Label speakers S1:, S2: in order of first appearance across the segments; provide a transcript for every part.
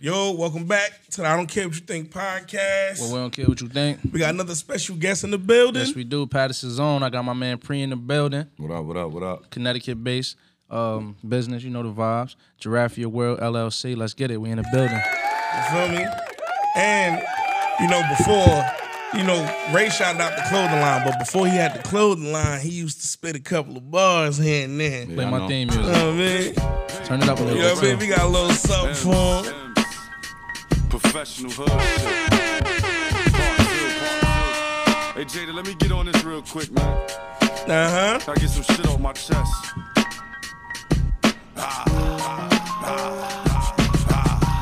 S1: Yo, welcome back to the I Don't Care What You Think podcast.
S2: Well, we don't care what you think.
S1: we got another special guest in the building.
S2: Yes, we do. Patterson's on. I got my man Pre in the building,
S3: What up? What up? What up?
S2: Connecticut based um, business. You know the vibes. Giraffe Your World LLC. Let's get it. We in the building.
S1: You feel me? And you know, before you know, Ray shot out the clothing line, but before he had the clothing line, he used to spit a couple of bars here and there. You
S2: Play
S3: I
S2: my
S3: know.
S2: theme
S1: know
S2: music.
S1: what I mean?
S2: Turn it up a little
S1: You know what I mean?
S2: bit.
S1: We
S2: too.
S1: got a little something for him.
S4: Professional hood. shit. Hey Jada, let me get on this real quick, man.
S1: Uh huh.
S4: I get some shit off my chest.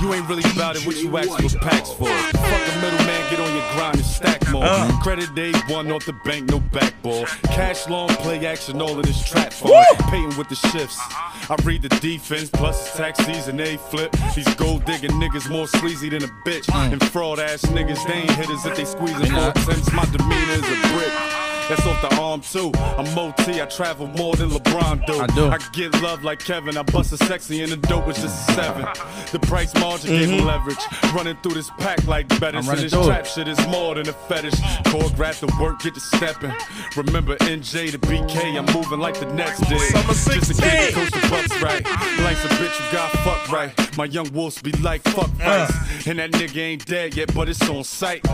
S4: You ain't really about it, what you asked was packs for. Fuck a middleman, get on your grind and stack more.
S2: Uh.
S4: Credit day one off the bank, no backball. Cash long, play action, all of this trap for. Paying with the shifts. I read the defense, plus it's tax season, they flip. These gold digging niggas more sleazy than a bitch.
S2: Mm.
S4: And fraud ass niggas, they ain't hitters if they squeezing four cents. My demeanor is a brick. That's off the arm too. I'm OT, I travel more than LeBron do.
S2: I do.
S4: Get love like Kevin. I bust a sexy and the dope was just a seven. The price margin gave him leverage. Running through this pack like
S2: Mm-hmm.
S4: better.
S2: I'm
S4: So
S2: running
S4: this
S2: through it.
S4: trap shit is more than a fetish. Choreograph the work, get to stepping. Remember NJ to BK, I'm moving like the next day.
S1: Summer
S4: Just a kid
S1: 16.
S4: that coach the bucks right. Life's a bitch, you got fucked right. My young wolves be like fuck rights. And that nigga ain't dead yet, but it's on sight.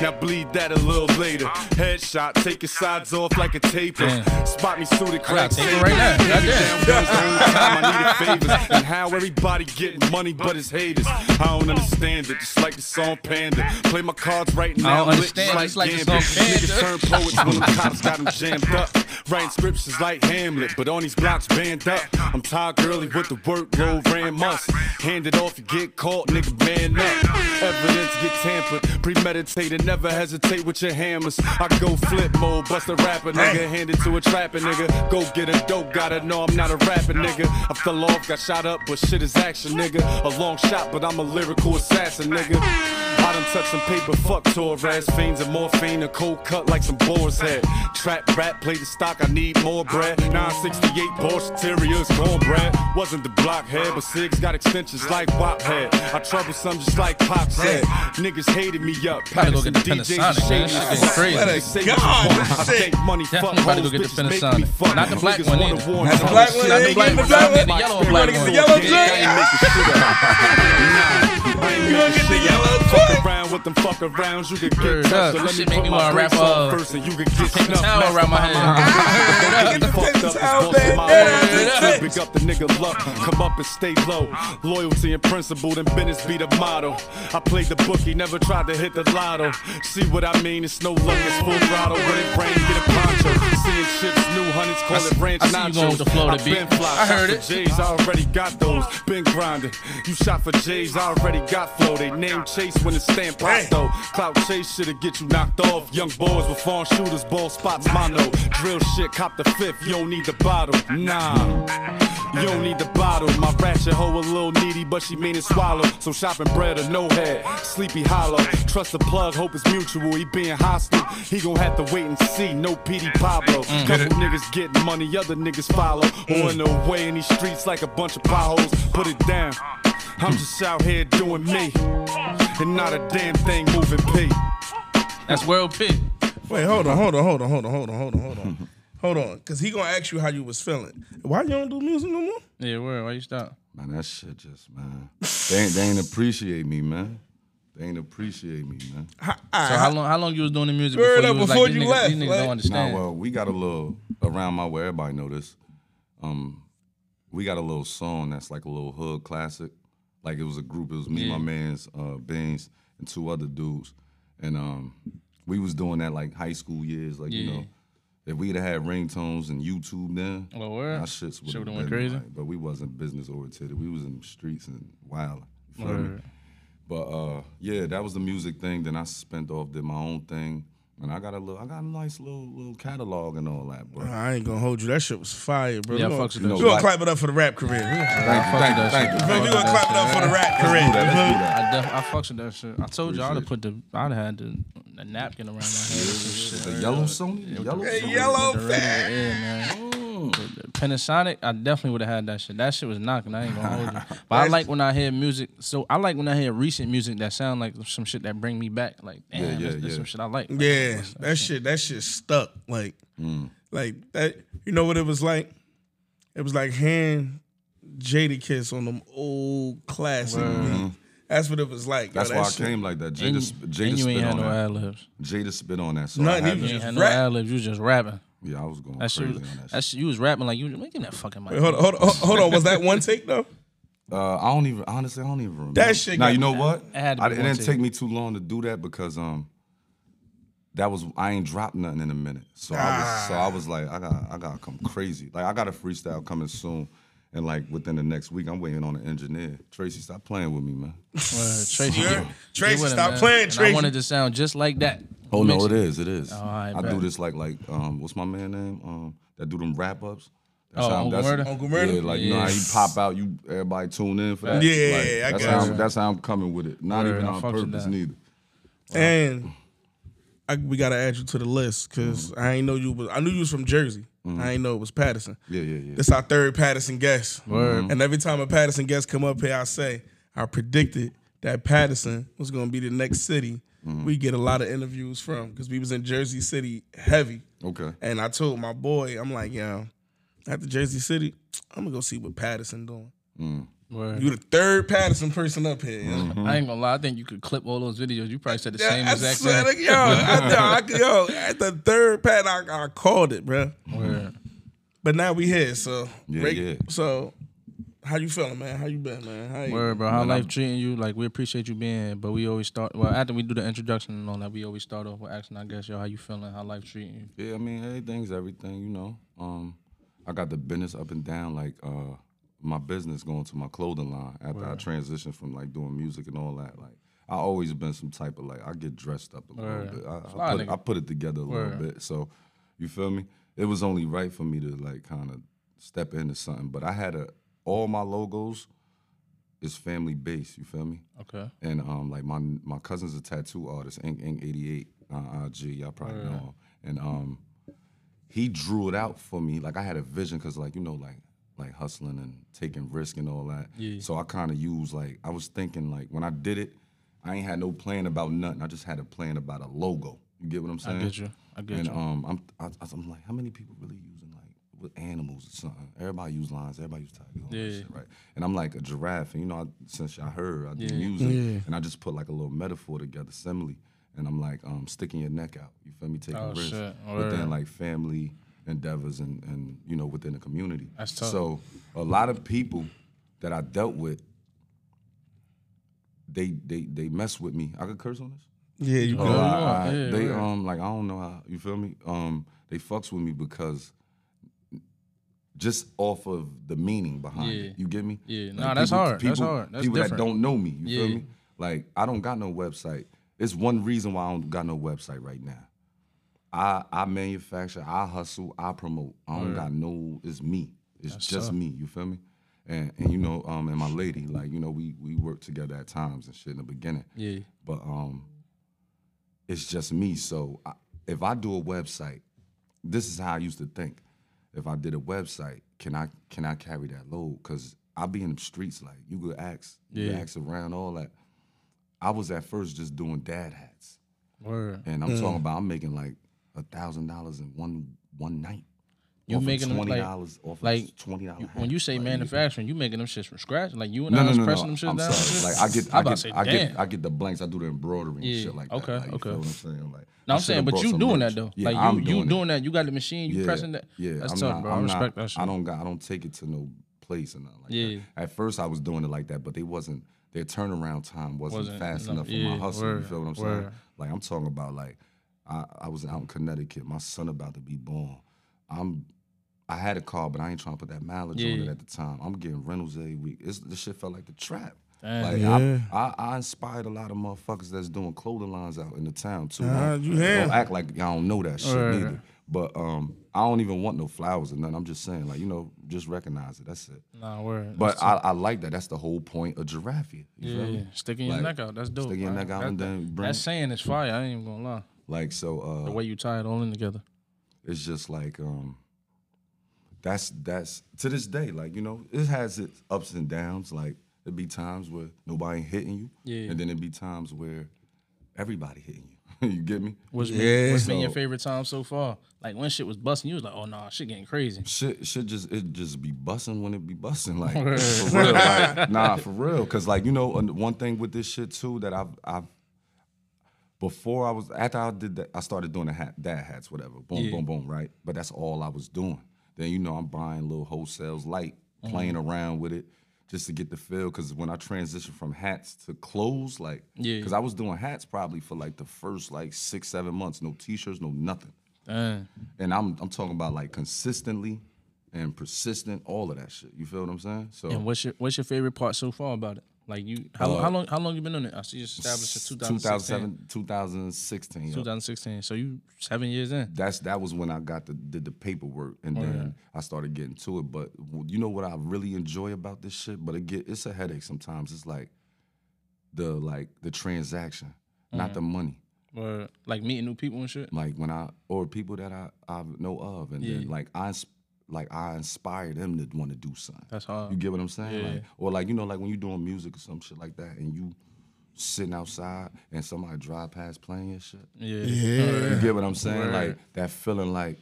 S4: Now bleed that a little later. Headshot, take your sides off like a taper.
S2: Damn.
S4: Spot me suited, crack
S2: take it
S4: saber.
S2: right now.
S4: Hand me
S2: Goddamn.
S4: down Bills the whole time I needed favors. And how everybody getting money but it's haters. I don't understand it, just like the song Panda. Play my cards right now.
S2: don't
S4: lit
S2: understand it, just like the
S4: Gambit.
S2: song Panda.
S4: Niggas turn poets when them cops got them jammed up. Writing scriptures like Hamlet, but on these blocks banned up. I'm Todd Gurley with the workload ran must. Hand it off, you get caught, nigga, man up. Evidence get tampered, premeditated, never hesitate with your hammers. I go flip mode, bust a rapper, nigga, hand it to a trapper, nigga. Go get a dope, gotta know I'm not a rapper, nigga. I fell off, got shot up, but shit is action, nigga. A long shot, but I'm a lyrical assassin, nigga. I done touched some paper, fuck Torres. Fiends and morphine, a cold cut like some boar's head. Trap rat, play the stock, I need more bread. 968 Porsche Terriers, cornbread. Wasn't the blockhead, but Sigs got extensions like Wop head. I trouble some just like Pop said. Niggas hated me up.
S2: Gotta go get the
S4: Patterson DJs
S2: Panasonic, man. That shit getting crazy.
S1: Better
S4: Say what you
S1: God,
S4: want.
S1: this
S4: I
S1: shit.
S4: take money, fuck
S2: Definitely gotta
S4: hoes,
S2: go get the
S4: bitches make
S2: Panasonic.
S4: me fuck.
S2: Not the black
S4: Niggas
S2: one
S4: wanna
S2: either.
S4: warn
S1: Not the
S4: hoes.
S1: black one,
S2: Not
S1: they
S2: the
S1: ain't
S2: black
S1: getting the
S2: one. Not
S1: black one.
S2: the yellow
S1: You
S2: black
S1: wanna get the
S2: one.
S1: yellow
S4: Yeah, I
S1: joint?
S4: ain't making shit up. Nah, I ain't
S1: You gonna
S4: making
S1: get the
S4: shit up.
S1: yellow joint?
S4: Fuck around with them fuck arounds. You could
S2: Word up.
S4: get touched. So
S2: This
S4: let me
S2: shit make
S4: put
S2: me
S4: my
S2: wanna
S4: brakes
S2: wrap
S4: on
S2: up.
S4: first, and you could get
S2: Take the
S4: snuffed.
S2: towel around my head.
S4: Don't get me
S1: Get the
S4: fucked
S1: fucking
S4: up.
S1: towel
S4: It's
S1: back
S4: busting my
S1: down.
S4: ass. Big up the nigga luck. Come up and stay low. Loyalty and principle, then business be the motto. I played the bookie, never tried to hit the lotto. See what I mean? It's no luck, it's full throttle. When it rain, get a poncho. Seeing chips, new hunnies,
S2: I
S4: call
S2: see-
S4: it ranch
S2: I see you going with the flow to
S4: nachos. I
S2: beat.
S4: been fly,
S2: I heard
S4: shot
S2: it.
S4: for J's, I already got those. Been grinding. You shot for J's, I already got flow. They name chase when it's stamp
S1: Hey.
S4: hot though. Clout chase shit'll get you knocked off. Young boys with farm shooters, ball spots, mono. Drill shit, cop the fifth. You don't need the bottle, nah. You don't need the bottle. My ratchet hoe a little needy, but she mean to swallow. So shopping bread or no head, sleepy hollow. Trust the plug, hope it's mutual. He being hostile, he gon' have to wait and see. No PD Pablo. Couple niggas getting money, other niggas follow. On the way in these streets like a bunch of potholes. Put it down. I'm just out here doing me, and not a damn thing moving P.
S2: That's World Pit.
S1: Wait, hold on, hold on, hold on, hold on, hold on, hold on, hold on. Hold on, cause he gonna ask you how you was feeling. Why you don't do music no more?
S2: Yeah, where? Why you stop?
S3: Man, that shit just man. They ain't, they ain't appreciate me, man. They ain't appreciate me, man.
S2: So how long? How long you was doing the music
S1: Word
S2: before you
S1: up,
S2: was
S1: before
S2: like
S1: you
S2: these niggas,
S1: left,
S2: these niggas
S1: like-
S2: don't
S3: Nah,
S2: understand?
S3: well, we got a little around my way. Everybody know this. Um, we got a little song that's like a little hood classic. Like it was a group. It was me, my man's uh, Beans, and two other dudes. And um, we was doing that like high school years. Like you
S2: Yeah.
S3: know, if we'd have had ringtones and YouTube then,
S2: Well, word.
S3: our shits would have
S2: would've
S3: been
S2: went crazy.
S3: like, But we wasn't business oriented. We was in the streets and wild. You feel me?
S2: Word.
S3: But uh, yeah, that was the music thing. Then I spent off, did my own thing, and I got a little, I got a nice little little catalog and all that, bro.
S1: I ain't gonna hold you. That shit was fire, bro.
S2: Yeah,
S1: we gonna,
S2: fucks with that
S1: we
S3: shit.
S1: gonna clap it up for the rap career. We
S3: Thank you, thank you,
S2: that
S3: thank you.
S2: shit.
S1: gonna,
S3: Thank
S1: we
S3: you.
S1: gonna clap it up for the rap career.
S3: Let's
S1: You
S3: do that, let's
S1: feel
S3: do
S1: me?
S3: that.
S2: I, def- I fucks with that shit. I told you I'd have
S3: Appreciate
S2: put the I'd have had the, the napkin around my head. and shit.
S3: The yellow Sony, the yellow
S1: Hey,
S3: Sony. Mm.
S1: yellow
S2: With the
S1: fat.
S2: radio, yeah, man. With the Panasonic, I definitely would have had that shit. That shit was knocking. I ain't gonna hold you. But I
S1: That's-
S2: like when I hear music. So I like when I hear recent music that sound like some shit that bring me back. Like damn,
S3: Yeah, yeah,
S2: this, this
S3: yeah.
S2: some shit I like. Like,
S1: Yeah, that shit, that shit stuck. Like,
S3: Mm.
S1: like that. You know what it was like? It was like hand Jada Kiss on them old classic. beat. That's what it was like. yo,
S3: Mm-hmm. That's
S1: that
S3: why I
S1: shit-
S3: came like that.
S2: And,
S3: Jada, sp-
S2: and
S3: Jada
S2: you
S3: spit
S2: ain't had
S3: on
S2: no
S3: that.
S2: ad libs.
S3: Jada spit on that. So I
S1: Nothing,
S3: had
S1: you
S3: to-
S2: You ain't
S1: Just
S2: had no
S1: rap.
S2: ad libs. You was just rapping.
S3: yeah, I was going
S2: That
S3: crazy
S2: shit,
S3: on that.
S2: that
S3: shit.
S2: shit, you was rapping like you was making that fucking mic.
S1: Wait, hold, on, hold, on, hold on. Was that one take though?
S3: Uh, I don't even honestly. I don't even remember.
S1: That shit
S3: Now
S1: got-
S3: you know what?
S2: It had to
S3: I-
S2: be
S3: it
S2: one
S3: didn't
S2: take.
S3: take me too long to do that because um, that was I ain't dropped nothing in a minute. So I was so I was like I got I gotta come crazy. Like I got a freestyle coming soon, and like within the next week I'm waiting on an engineer. Tracy, stop playing with me, man.
S2: Word, Tracy,
S1: Yeah.
S2: you-
S1: Tracy,
S2: you with it,
S1: stop
S2: man.
S1: playing,
S2: And
S1: Tracy.
S2: I wanted to sound just like that.
S3: Oh no,
S2: Mix
S3: it is, it is.
S2: I
S3: I, do
S2: bet.
S3: this like like um, what's my man name? Um, that do them wrap ups. That's
S2: Oh, Uncle Murda?
S1: Uncle Murda?
S3: Yeah, like you know how you
S2: Yes.
S3: pop out, you everybody tune in for that.
S1: Yeah,
S3: like,
S1: I
S3: that's
S1: got
S3: how
S1: you.
S3: I'm, that's how I'm coming with it. Not
S2: Word,
S3: even
S2: I
S3: on
S2: fucks with
S3: purpose
S2: that.
S3: neither.
S1: And I, we gotta add you to the list because
S3: Mm-hmm.
S1: I ain't know you was. I knew you was from Jersey. I ain't know it was Patterson.
S3: Yeah, yeah, yeah.
S1: This our third Patterson guest.
S2: Word.
S1: And every time a Patterson guest come up here, I say I predicted that Patterson was gonna be the next city
S3: Mm-hmm.
S1: we get a lot of interviews from because we was in Jersey City heavy.
S3: Okay.
S1: And I told my boy, I'm like, yo, after Jersey City, I'm gonna go see what Patterson doing.
S2: Word.
S1: You the third Patterson person up here. yo.
S3: Mm-hmm.
S2: I ain't gonna lie. I think you could clip all those videos. You probably said the same
S1: I
S2: exact
S1: swear
S2: thing.
S1: to- yo, I, yo, I- yo, at the third pat, I, I called it, bro.
S2: Word.
S1: But now we here, so
S3: Yeah, yeah.
S1: So, how you feeling, man? How you been, man? How you?
S2: Word, bro. How life treating you? Like we appreciate you being here, but we always start. Well, after we do the introduction and all that, we always start off with asking our guests, yo, how you feeling? How life treating you?
S3: Yeah, I mean everything's everything, you know. Um, I got the business up and down, like uh, my business going to my clothing line after I transitioned from like doing music and all that. Like I always been some type of like I get dressed up a
S2: Word.
S3: little bit. I,
S2: Fly
S3: I, put,
S2: nigga.
S3: I put it together a
S2: Word.
S3: little bit. So you feel me? It was only right for me to like kind of step into something. But I had a all my logos is family based. You feel me?
S2: Okay.
S3: And um, like my my cousin's a tattoo artist, Ink Ink eighty eight on IG. Y'all probably know him. And um, he drew it out for me. Like I had a vision, cause like you know, like like hustling and taking risk and all that.
S2: Yeah.
S3: So I kind of used like I was thinking like when I did it, I ain't had no plan about nothing. I just had a plan about a logo. You get what I'm saying?
S2: Get you. I get
S3: and
S2: you.
S3: um, I'm I, I- I'm like, how many people really using like with animals or something? Everybody use lions. Everybody use tigers. all that
S2: Yeah.
S3: shit, right? And I'm like a giraffe, and you know, I, since y'all heard, I do music, and I just put like a little metaphor together, simile, and I'm like, um, sticking your neck out. You feel me? Taking
S2: Oh,
S3: risks
S2: shit. Word.
S3: within like family endeavors and and you know within the community.
S2: That's tough.
S3: So a lot of people that I dealt with. They they they mess with me. I could curse on this.
S1: Yeah, you
S2: Oh,
S1: good?
S2: you
S3: I-
S2: are.
S3: I-
S2: Yeah,
S3: they
S2: right.
S3: um like I don't know how you feel me. Um, they fucks with me because just off of the meaning behind
S2: Yeah.
S3: it. You get me?
S2: Yeah. Nah, that's hard. That's hard. That's
S3: people
S2: different.
S3: that don't know me. You
S2: Yeah.
S3: feel me? Like I don't got no website. It's one reason why I don't got no website right now. I I manufacture, I hustle, I promote. I don't got no. It's me. It's just me. You feel me? And and you know, um, and my lady, like you know, we we work together at times and shit in the beginning.
S2: Yeah.
S3: But um, it's just me. So I, if I do a website, this is how I used to think. If I did a website, can I can I carry that load? Cause I be in the streets, like you could ask, you could
S2: Yeah.
S3: ask around all that. I was at first just doing dad hats,
S2: Word.
S3: and I'm talking about I'm making like a thousand dollars in one one night.
S2: You
S3: off of
S2: making them, like-
S3: twenty dollars off of
S2: like,
S3: twenty dollars.
S2: When you say manufacturing, you making them shits from scratch? Like you and
S3: No,
S2: I
S3: no,
S2: was
S3: no,
S2: pressing
S3: no.
S2: them shits
S3: I'm
S2: down?
S3: sorry. Like I get,
S2: I
S3: I
S2: about to
S3: get,
S2: say,
S3: I get,
S2: damn.
S3: I get the blanks. I do the embroidery and
S2: Yeah.
S3: shit like
S2: Okay,
S3: that. Like, you
S2: okay.
S3: Feel what I'm saying? Like,
S2: No,
S3: I
S2: I'm
S3: shoulda
S2: saying, but
S3: brought
S2: you
S3: some
S2: doing
S3: merch.
S2: that though.
S3: Yeah,
S2: like you,
S3: I'm
S2: you
S3: doing,
S2: doing,
S3: it.
S2: that. You got the machine. You
S3: yeah,
S2: pressing that.
S3: Yeah,
S2: that's
S3: I'm
S2: tough,
S3: not,
S2: bro.
S3: I'm
S2: I respect
S3: not,
S2: that shit.
S3: I don't got, I don't take it to no place or nothing like
S2: Yeah.
S3: that. At first, I was doing it like that, but they wasn't. Their turnaround time wasn't,
S2: Wasn't
S3: fast
S2: enough.
S3: enough for
S2: Yeah,
S3: my hustle.
S2: word,
S3: you feel what I'm
S2: word.
S3: saying? Like I'm talking about like, I, I was out in Connecticut. My son about to be born. I'm. I had a car, but I ain't trying to put that mileage on
S2: Yeah.
S3: it at the time. I'm getting rentals every week. It's, this shit felt like the trap.
S2: Damn.
S3: Like
S1: Yeah.
S3: I, I, I inspired a lot of motherfuckers that's doing clothing lines out in the town too.
S1: Ah,
S3: man.
S1: you hear?
S3: Don't act like y'all don't know that shit
S2: Right.
S3: neither. But um, I don't even want no flowers or nothing. I'm just saying, like you know, just recognize it. That's it.
S2: Nah, word.
S3: But I, I like that. That's the whole point of giraffe. You
S2: yeah,
S3: feel me?
S2: sticking your
S3: Like,
S2: neck out. That's dope.
S3: sticking your
S2: bro.
S3: neck out and
S2: That-
S3: then bring
S2: That
S3: it.
S2: saying is fire. I ain't even gonna lie.
S3: Like so,
S2: The
S3: uh,
S2: way you tie it all in together.
S3: it's just like um, that's that's to this day, like, you know, it has its ups and downs. Like it'd be times where nobody ain't hitting you.
S2: Yeah.
S3: And then it'd be times where everybody hitting you. you get me?
S2: What's been,
S1: Yeah.
S2: what's been your
S3: So-
S2: favorite time so far? Like when shit was busting, you was like, oh nah, shit getting crazy.
S3: Shit, shit just it just be busting when it be busting like for real, like, nah for real. Cause like you know and one thing with this shit too that I've I've before I was after I did that I started doing the hat dad hats whatever boom
S2: Yeah.
S3: boom boom right but that's all I was doing. Then you know I'm buying little wholesales light
S2: Mm-hmm.
S3: playing around with it just to get the feel because when I transitioned from hats to clothes like
S2: Yeah.
S3: because I was doing hats probably for like the first like six seven months no t-shirts no nothing
S2: Dang.
S3: and I'm I'm talking about like consistently and persistent, all of that shit. You feel what I'm saying? So
S2: And what's your what's your favorite part so far about it? Like you, how,
S3: Uh,
S2: how long how long you been on it? I see you established in 2016.
S3: 2007, 2016. yeah.
S2: 2016. So you seven years in.
S3: That's that was when I got the did the paperwork
S2: Oh,
S3: and then I started getting to it. But w- you know what I really enjoy about this shit? But it get it's a headache sometimes. It's like the like the transaction,
S2: Mm-hmm.
S3: not the money.
S2: Or like meeting new people and shit.
S3: like when I or people that I, I know of, and then
S2: Yeah.
S3: like I ins- like I inspire them to want to do something.
S2: That's hard.
S3: You get what I'm saying?
S2: Yeah.
S3: Like, or like you know, like when you doing music or some shit like that, and you sitting outside and somebody drive past playing your shit.
S2: Yeah.
S3: You get what I'm saying?
S2: Right.
S3: Like that feeling, like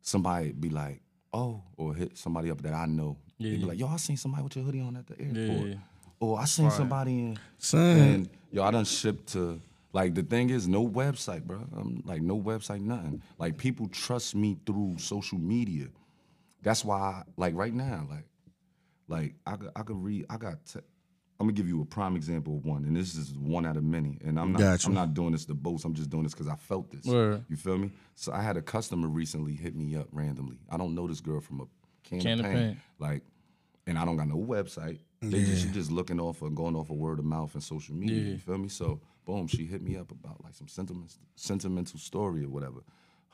S3: somebody be like, oh, or hit somebody up that I know. Yeah, be like, yo, I seen somebody with your hoodie on at the airport.
S2: Yeah.
S3: Or I seen somebody in
S1: Son,
S3: and yo, I done shipped to like the thing is no website, bro. I'm like no website, nothing. Like people trust me through social media. That's why, I, like right now, like, like I could, I could read. I got. Te- I'm gonna give you a prime example of one, and this is one out of many. And I'm not.
S1: Gotcha.
S3: I'm not doing this to boast. I'm just doing this because I felt this.
S2: Word.
S3: You feel me? So I had a customer recently hit me up randomly. I don't know this girl from a can,
S2: Can
S3: of
S2: of
S3: paint.
S2: paint.
S3: Like, and I don't got no website. They just, she just looking off of going off of word of mouth and social media. You feel me? So boom, she hit me up about like some sentiment, sentimental story or whatever.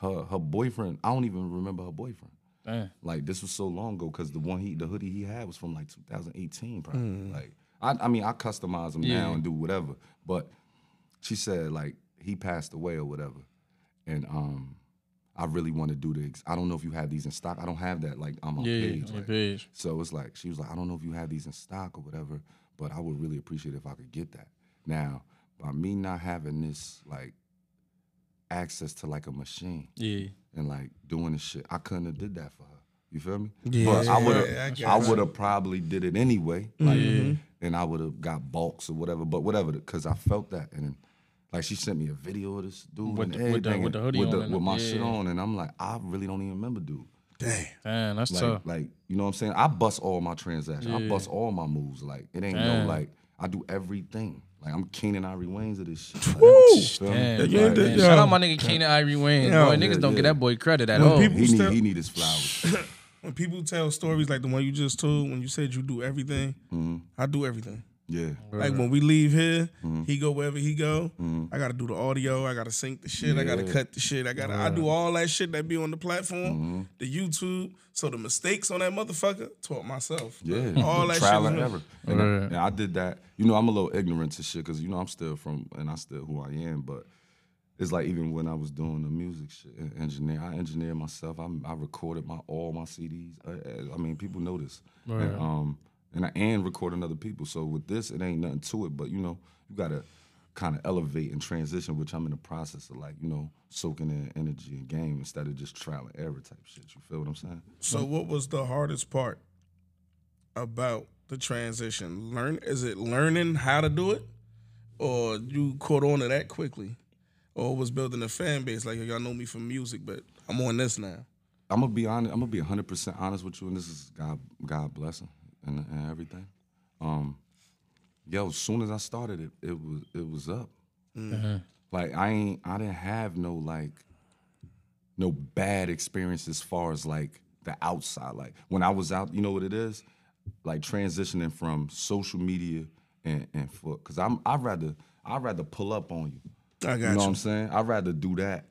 S3: Her her boyfriend, I don't even remember her boyfriend.
S2: Dang.
S3: Like this was so long ago because the one he the hoodie he had was from like 2018 probably. Like I I mean I customize them now
S2: Mm. Yeah.
S3: and do whatever. But she said like he passed away or whatever, and um I really want to do the. Ex- I don't know if you have these in stock. I don't have that like on my
S2: Yeah.
S3: page.
S2: your
S3: like-
S2: page.
S3: so it's like she was like, I don't know if you have these in stock or whatever, but I would really appreciate if I could get that. Now by me not having this like access to like a machine
S2: Yeah.
S3: and like doing this shit. I couldn't have did that for her. You feel me?
S1: Yeah,
S3: but I would
S1: yeah, I
S3: have
S1: get
S3: I
S1: it.
S3: would have probably did it anyway. Like,
S2: Mm-hmm.
S3: and I would have got balks or whatever, but whatever, because I felt that. And like she sent me a video of this dude
S2: With
S3: and
S2: the- with the-
S3: everything,
S2: with the
S3: and
S2: hoodie on and-
S3: with my shit
S2: yeah.
S3: on, and I'm like, I really don't even remember dude.
S1: damn.
S2: Damn, that's
S3: Like,
S2: tough.
S3: like you know what I'm saying? I bust all my transactions. I bust all my moves. Like it ain't
S2: Damn.
S3: no like I do everything. Like I'm Keenan Ivory Wayne's of this shit. Feel me?
S2: Damn,
S3: Like,
S1: you ain't
S2: man.
S1: did-
S2: Shout
S1: yo.
S2: out my nigga Keenan Ivory Wayne.
S1: Yo.
S2: Boy, niggas
S3: Yeah,
S2: don't get
S3: yeah.
S2: that boy credit at
S1: When
S2: all.
S1: people-
S3: he need
S1: Step-
S3: he need his flowers.
S1: When people tell stories like the one you just told, when you said you do everything,
S2: Mm-hmm.
S1: I do everything.
S3: Yeah.
S1: Like when we leave here,
S3: Mm-hmm.
S1: he go wherever he go. I gotta do the audio. I gotta sync the shit. I gotta cut the shit. I gotta. I do all that shit that be on the
S3: Mm-hmm.
S1: platform, the YouTube. So the mistakes on that motherfucker taught myself.
S3: Yeah,
S1: all
S3: the
S1: that
S3: trial
S1: shit.
S3: and
S1: was-
S3: error. And, I-
S2: Right.
S3: and I did that. You know, I'm a little ignorant to shit because you know I'm still from and I still who I am. But it's like even when I was doing the music shit, and engineer, I engineered myself. I, I recorded my all my CDs. I, I mean, people know this. And, um, and I and recording other people. So with this, it ain't nothing to it. But you know, you gotta kind of elevate and transition, which I'm in the process of like you know soaking in energy and game instead of just trial and error type shit. You feel what I'm saying?
S1: So what was the hardest part about the transition? Learn is it learning how to do it, or you caught on to that quickly, or was building a fan base? Like y'all know me for music, but I'm on this now.
S3: I'm gonna be honest. I'm gonna be 100 percent honest with you, and this is God, God blessing and, and everything. Um, yo, as soon as I started it, it was it was up. Like I ain't, I didn't have no like, no bad experience as far as like the outside. Like when I was out, you know what it is, like transitioning from social media and and foot, cause I'm I rather I rather pull up on you.
S1: I got
S3: You know what
S1: you.
S3: I'm saying? I'd rather do that.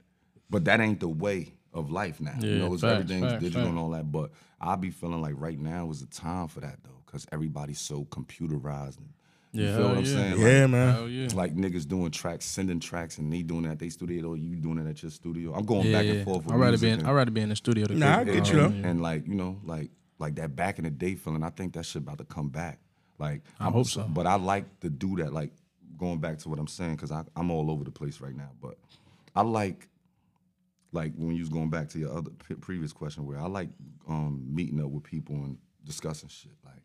S3: But that ain't the way of life now. you
S2: Yeah,
S3: know, it's
S2: facts,
S3: everything's
S2: facts,
S3: digital and
S2: facts.
S3: all that. But I be feeling like right now is the time for that though, because everybody's so computerized and You
S2: Yeah,
S3: feel
S2: hell
S3: what I'm
S2: yeah.
S3: saying?
S1: Yeah,
S3: Like,
S1: man.
S2: Oh yeah.
S3: like niggas doing tracks, sending tracks, and they doing it at their studio, or you doing it at your studio. I'm going back and forth. With
S2: I'd rather
S3: music
S2: be in,
S3: and-
S2: I'd rather be in the studio. To
S1: Nah, I
S2: create
S1: get
S2: it.
S1: you,
S2: Um,
S1: though.
S2: yeah.
S3: and like you know, like like that back in the day feeling. I think that shit about to come back. Like
S2: I hope so.
S3: But I like to do that. Like going back to what I'm saying because I'm all over the place right now. But I like like when you was going back to your other p- previous question where I like um, meeting up with people and discussing shit. Like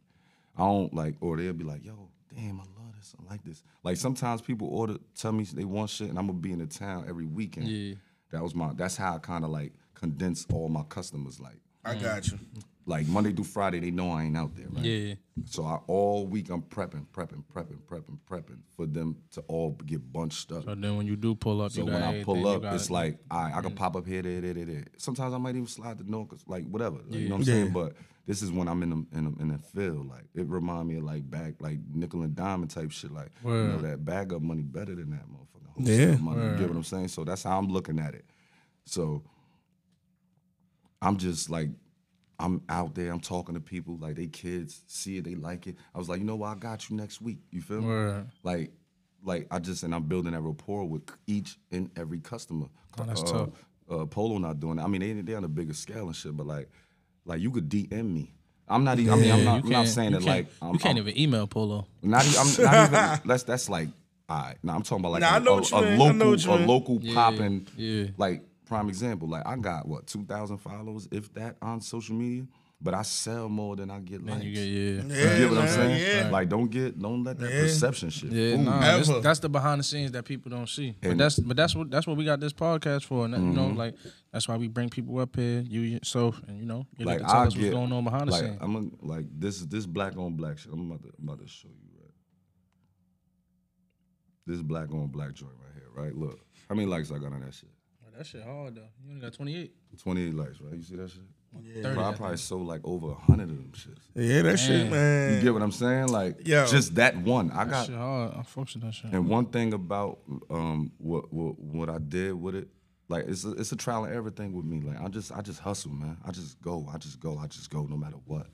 S3: I don't like or they'll be like, yo, damn, I love this. I like this. Like sometimes people order tell me they want shit and I'm gonna be in the town every weekend.
S2: Yeah.
S3: That was my that's how I kinda like condense all my customers like
S1: I got you.
S3: like Monday through Friday, they know I ain't out there, right?
S2: Yeah.
S3: So I all week I'm prepping, prepping, prepping, prepping, prepping for them to all get bunched up.
S2: But then when you do pull up,
S3: So
S2: you
S3: when
S2: got
S3: I
S2: everything,
S3: pull
S2: you
S3: up,
S2: got
S3: it's
S2: it.
S3: like I, I can pop up here, there, there, there, there. Sometimes I might even slide to North, like whatever. like, You know what I'm saying?
S1: Yeah.
S3: But this is when I'm in the in the, in the field. Like it remind me of like back like nickel and diamond type shit. Like you know
S2: Word.
S3: that bag up money better than that motherfucker.
S1: Yeah.
S3: money. You get what I'm saying? So that's how I'm looking at it. So I'm just like. I'm out there. I'm talking to people like they kids see it, they like it. I was like, you know what? I got you next week. You feel me?
S2: Word.
S3: like like I just and I'm building that rapport with each and every customer.
S2: Oh, that's
S3: uh,
S2: tough.
S3: Uh, Polo not doing it. I mean, they they on a bigger scale and shit, but like like you could DM me. I'm not. even I mean, I'm
S2: Yeah,
S3: not.
S2: you
S3: I'm not
S2: can't-
S3: saying
S2: you
S3: that
S2: can't-
S3: like I'm,
S2: you can't
S3: I'm,
S2: even email Polo.
S3: Not, e- I'm not even. That's that's like. All right. Now I'm talking about like
S1: Nah,
S3: a,
S1: I know
S3: a-
S1: what you
S3: a
S1: mean. I
S3: local
S1: know what you
S3: a
S1: mean.
S3: local popping.
S2: yeah.
S3: Like prime example. Like I got what two thousand followers, if that, on social media. But I sell more than I get
S2: And
S3: likes.
S2: you get yeah.
S1: Yeah,
S3: You get what I'm
S1: man,
S3: saying?
S1: yeah.
S3: Like, don't get, don't let that
S1: Yeah.
S3: perception shit.
S2: Yeah,
S3: fool you.
S2: nah, that's,
S1: Ever.
S2: that's the behind the scenes that people don't see. But
S3: And- Mm-hmm.
S2: that's but that's what that's what we got this podcast for. And that, you know, like that's why we bring people up here, you yourself, and you know, you like,
S3: like
S2: to tell
S3: I
S2: us
S3: get
S2: what's going on behind the
S3: like,
S2: scenes.
S3: I'm gonna, like this this black on black shit. I'm about to, I'm about to show you right. This black on black joint right here, right? Look, how many likes I got on that shit?
S2: that shit hard though. You only got 28.
S3: 28 likes, right? You see that shit?
S2: 30,
S3: Bro, I
S2: I
S3: probably sold like over a hundred of them shits.
S1: Yeah, that shit,
S2: Man.
S1: man.
S3: You get what I'm saying? Like,
S1: Yo.
S3: just that one. I
S2: That
S3: got
S2: shit hard. I'm fucking that shit.
S3: And one thing about um, what, what what I did with it, like it's a, it's a trial and everything with me. Like I just I just hustle, man. I just go, I just go, I just go, no matter what.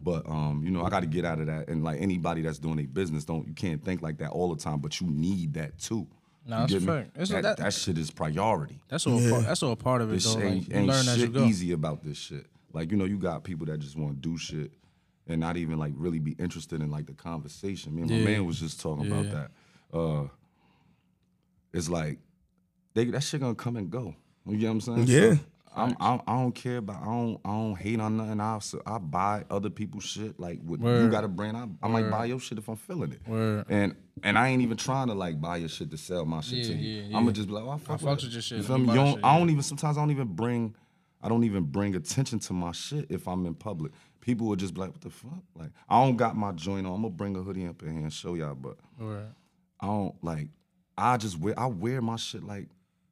S3: But um, you know, I got to get out of that. And like anybody that's doing a business, don't you can't think like that all the time. But you need that too.
S2: Nah,
S3: You
S2: that's
S3: get me?
S2: fair. It's-
S3: That,
S2: that-
S3: that shit is priority.
S2: That's all. Part, that's all part of it
S3: This
S2: though. Like,
S3: ain't,
S2: you
S3: ain't
S2: learn as you
S3: shit
S2: go.
S3: easy about this shit. Like you know, you got people that just want to do shit and not even like really be interested in like the conversation. Me and my man was just talking about that. Uh, it's like they that shit gonna come and go. You get what I'm saying?
S1: Yeah.
S3: So, I'm, I'm, I don't care about I don't I don't hate on nothing. I so I buy other people's shit. Like with, you
S2: Word.
S3: got a brand, I, I might buy your shit if I'm feeling it.
S2: Word.
S3: And and I ain't even trying to like buy your shit to sell my shit to
S2: Yeah,
S3: you.
S2: yeah,
S3: I'ma
S2: yeah.
S3: just be like, oh, I fuck,
S2: fucks
S3: it.
S2: with your shit.
S3: You
S2: Let
S3: feel
S2: me
S3: me?
S2: buy
S3: You
S2: your
S3: don't,
S2: shit,
S3: I don't even sometimes I don't even bring I don't even bring attention to my shit if I'm in public. People would just be like, what the fuck? Like I don't got my joint on. I'm gonna bring a hoodie up in here and show y'all, but
S2: Word.
S3: I don't like I just wear I wear my shit like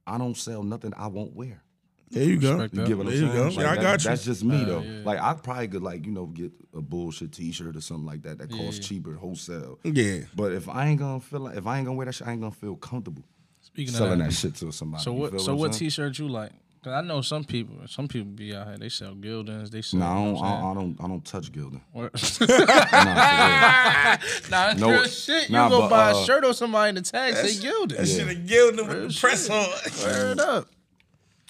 S3: I don't sell nothing I won't wear.
S1: There you go.
S2: Respect
S3: You
S2: that.
S3: get what I'm
S1: There you
S3: saying?
S1: go.
S3: Like,
S1: Yeah, I
S3: that-
S1: got you.
S3: That's just me though. Like I probably could like you know get a bullshit T-shirt or something like that that costs cheaper wholesale.
S1: Yeah.
S3: But if I ain't gonna feel like if I ain't gonna wear that shit, I ain't gonna feel comfortable
S2: Speaking of
S3: selling
S2: that
S3: that shit to somebody.
S2: So
S3: You
S2: what?
S3: feel
S2: So
S3: I'm
S2: what
S3: saying?
S2: T-shirt you like? Cause I know some people. Some people be out here. They sell Gildens. They sell.
S3: No, I
S2: you know
S3: don't,
S2: what I'm saying?
S3: I, I don't. I don't touch Gildan.
S2: Word. nah,
S3: Nah,
S2: that's
S3: No,
S2: real shit. You
S3: nah,
S2: gonna
S3: but,
S2: buy
S3: uh,
S2: a shirt or somebody in the tag say Gilded.
S1: That shit have gilled them with the press on.
S2: Word up.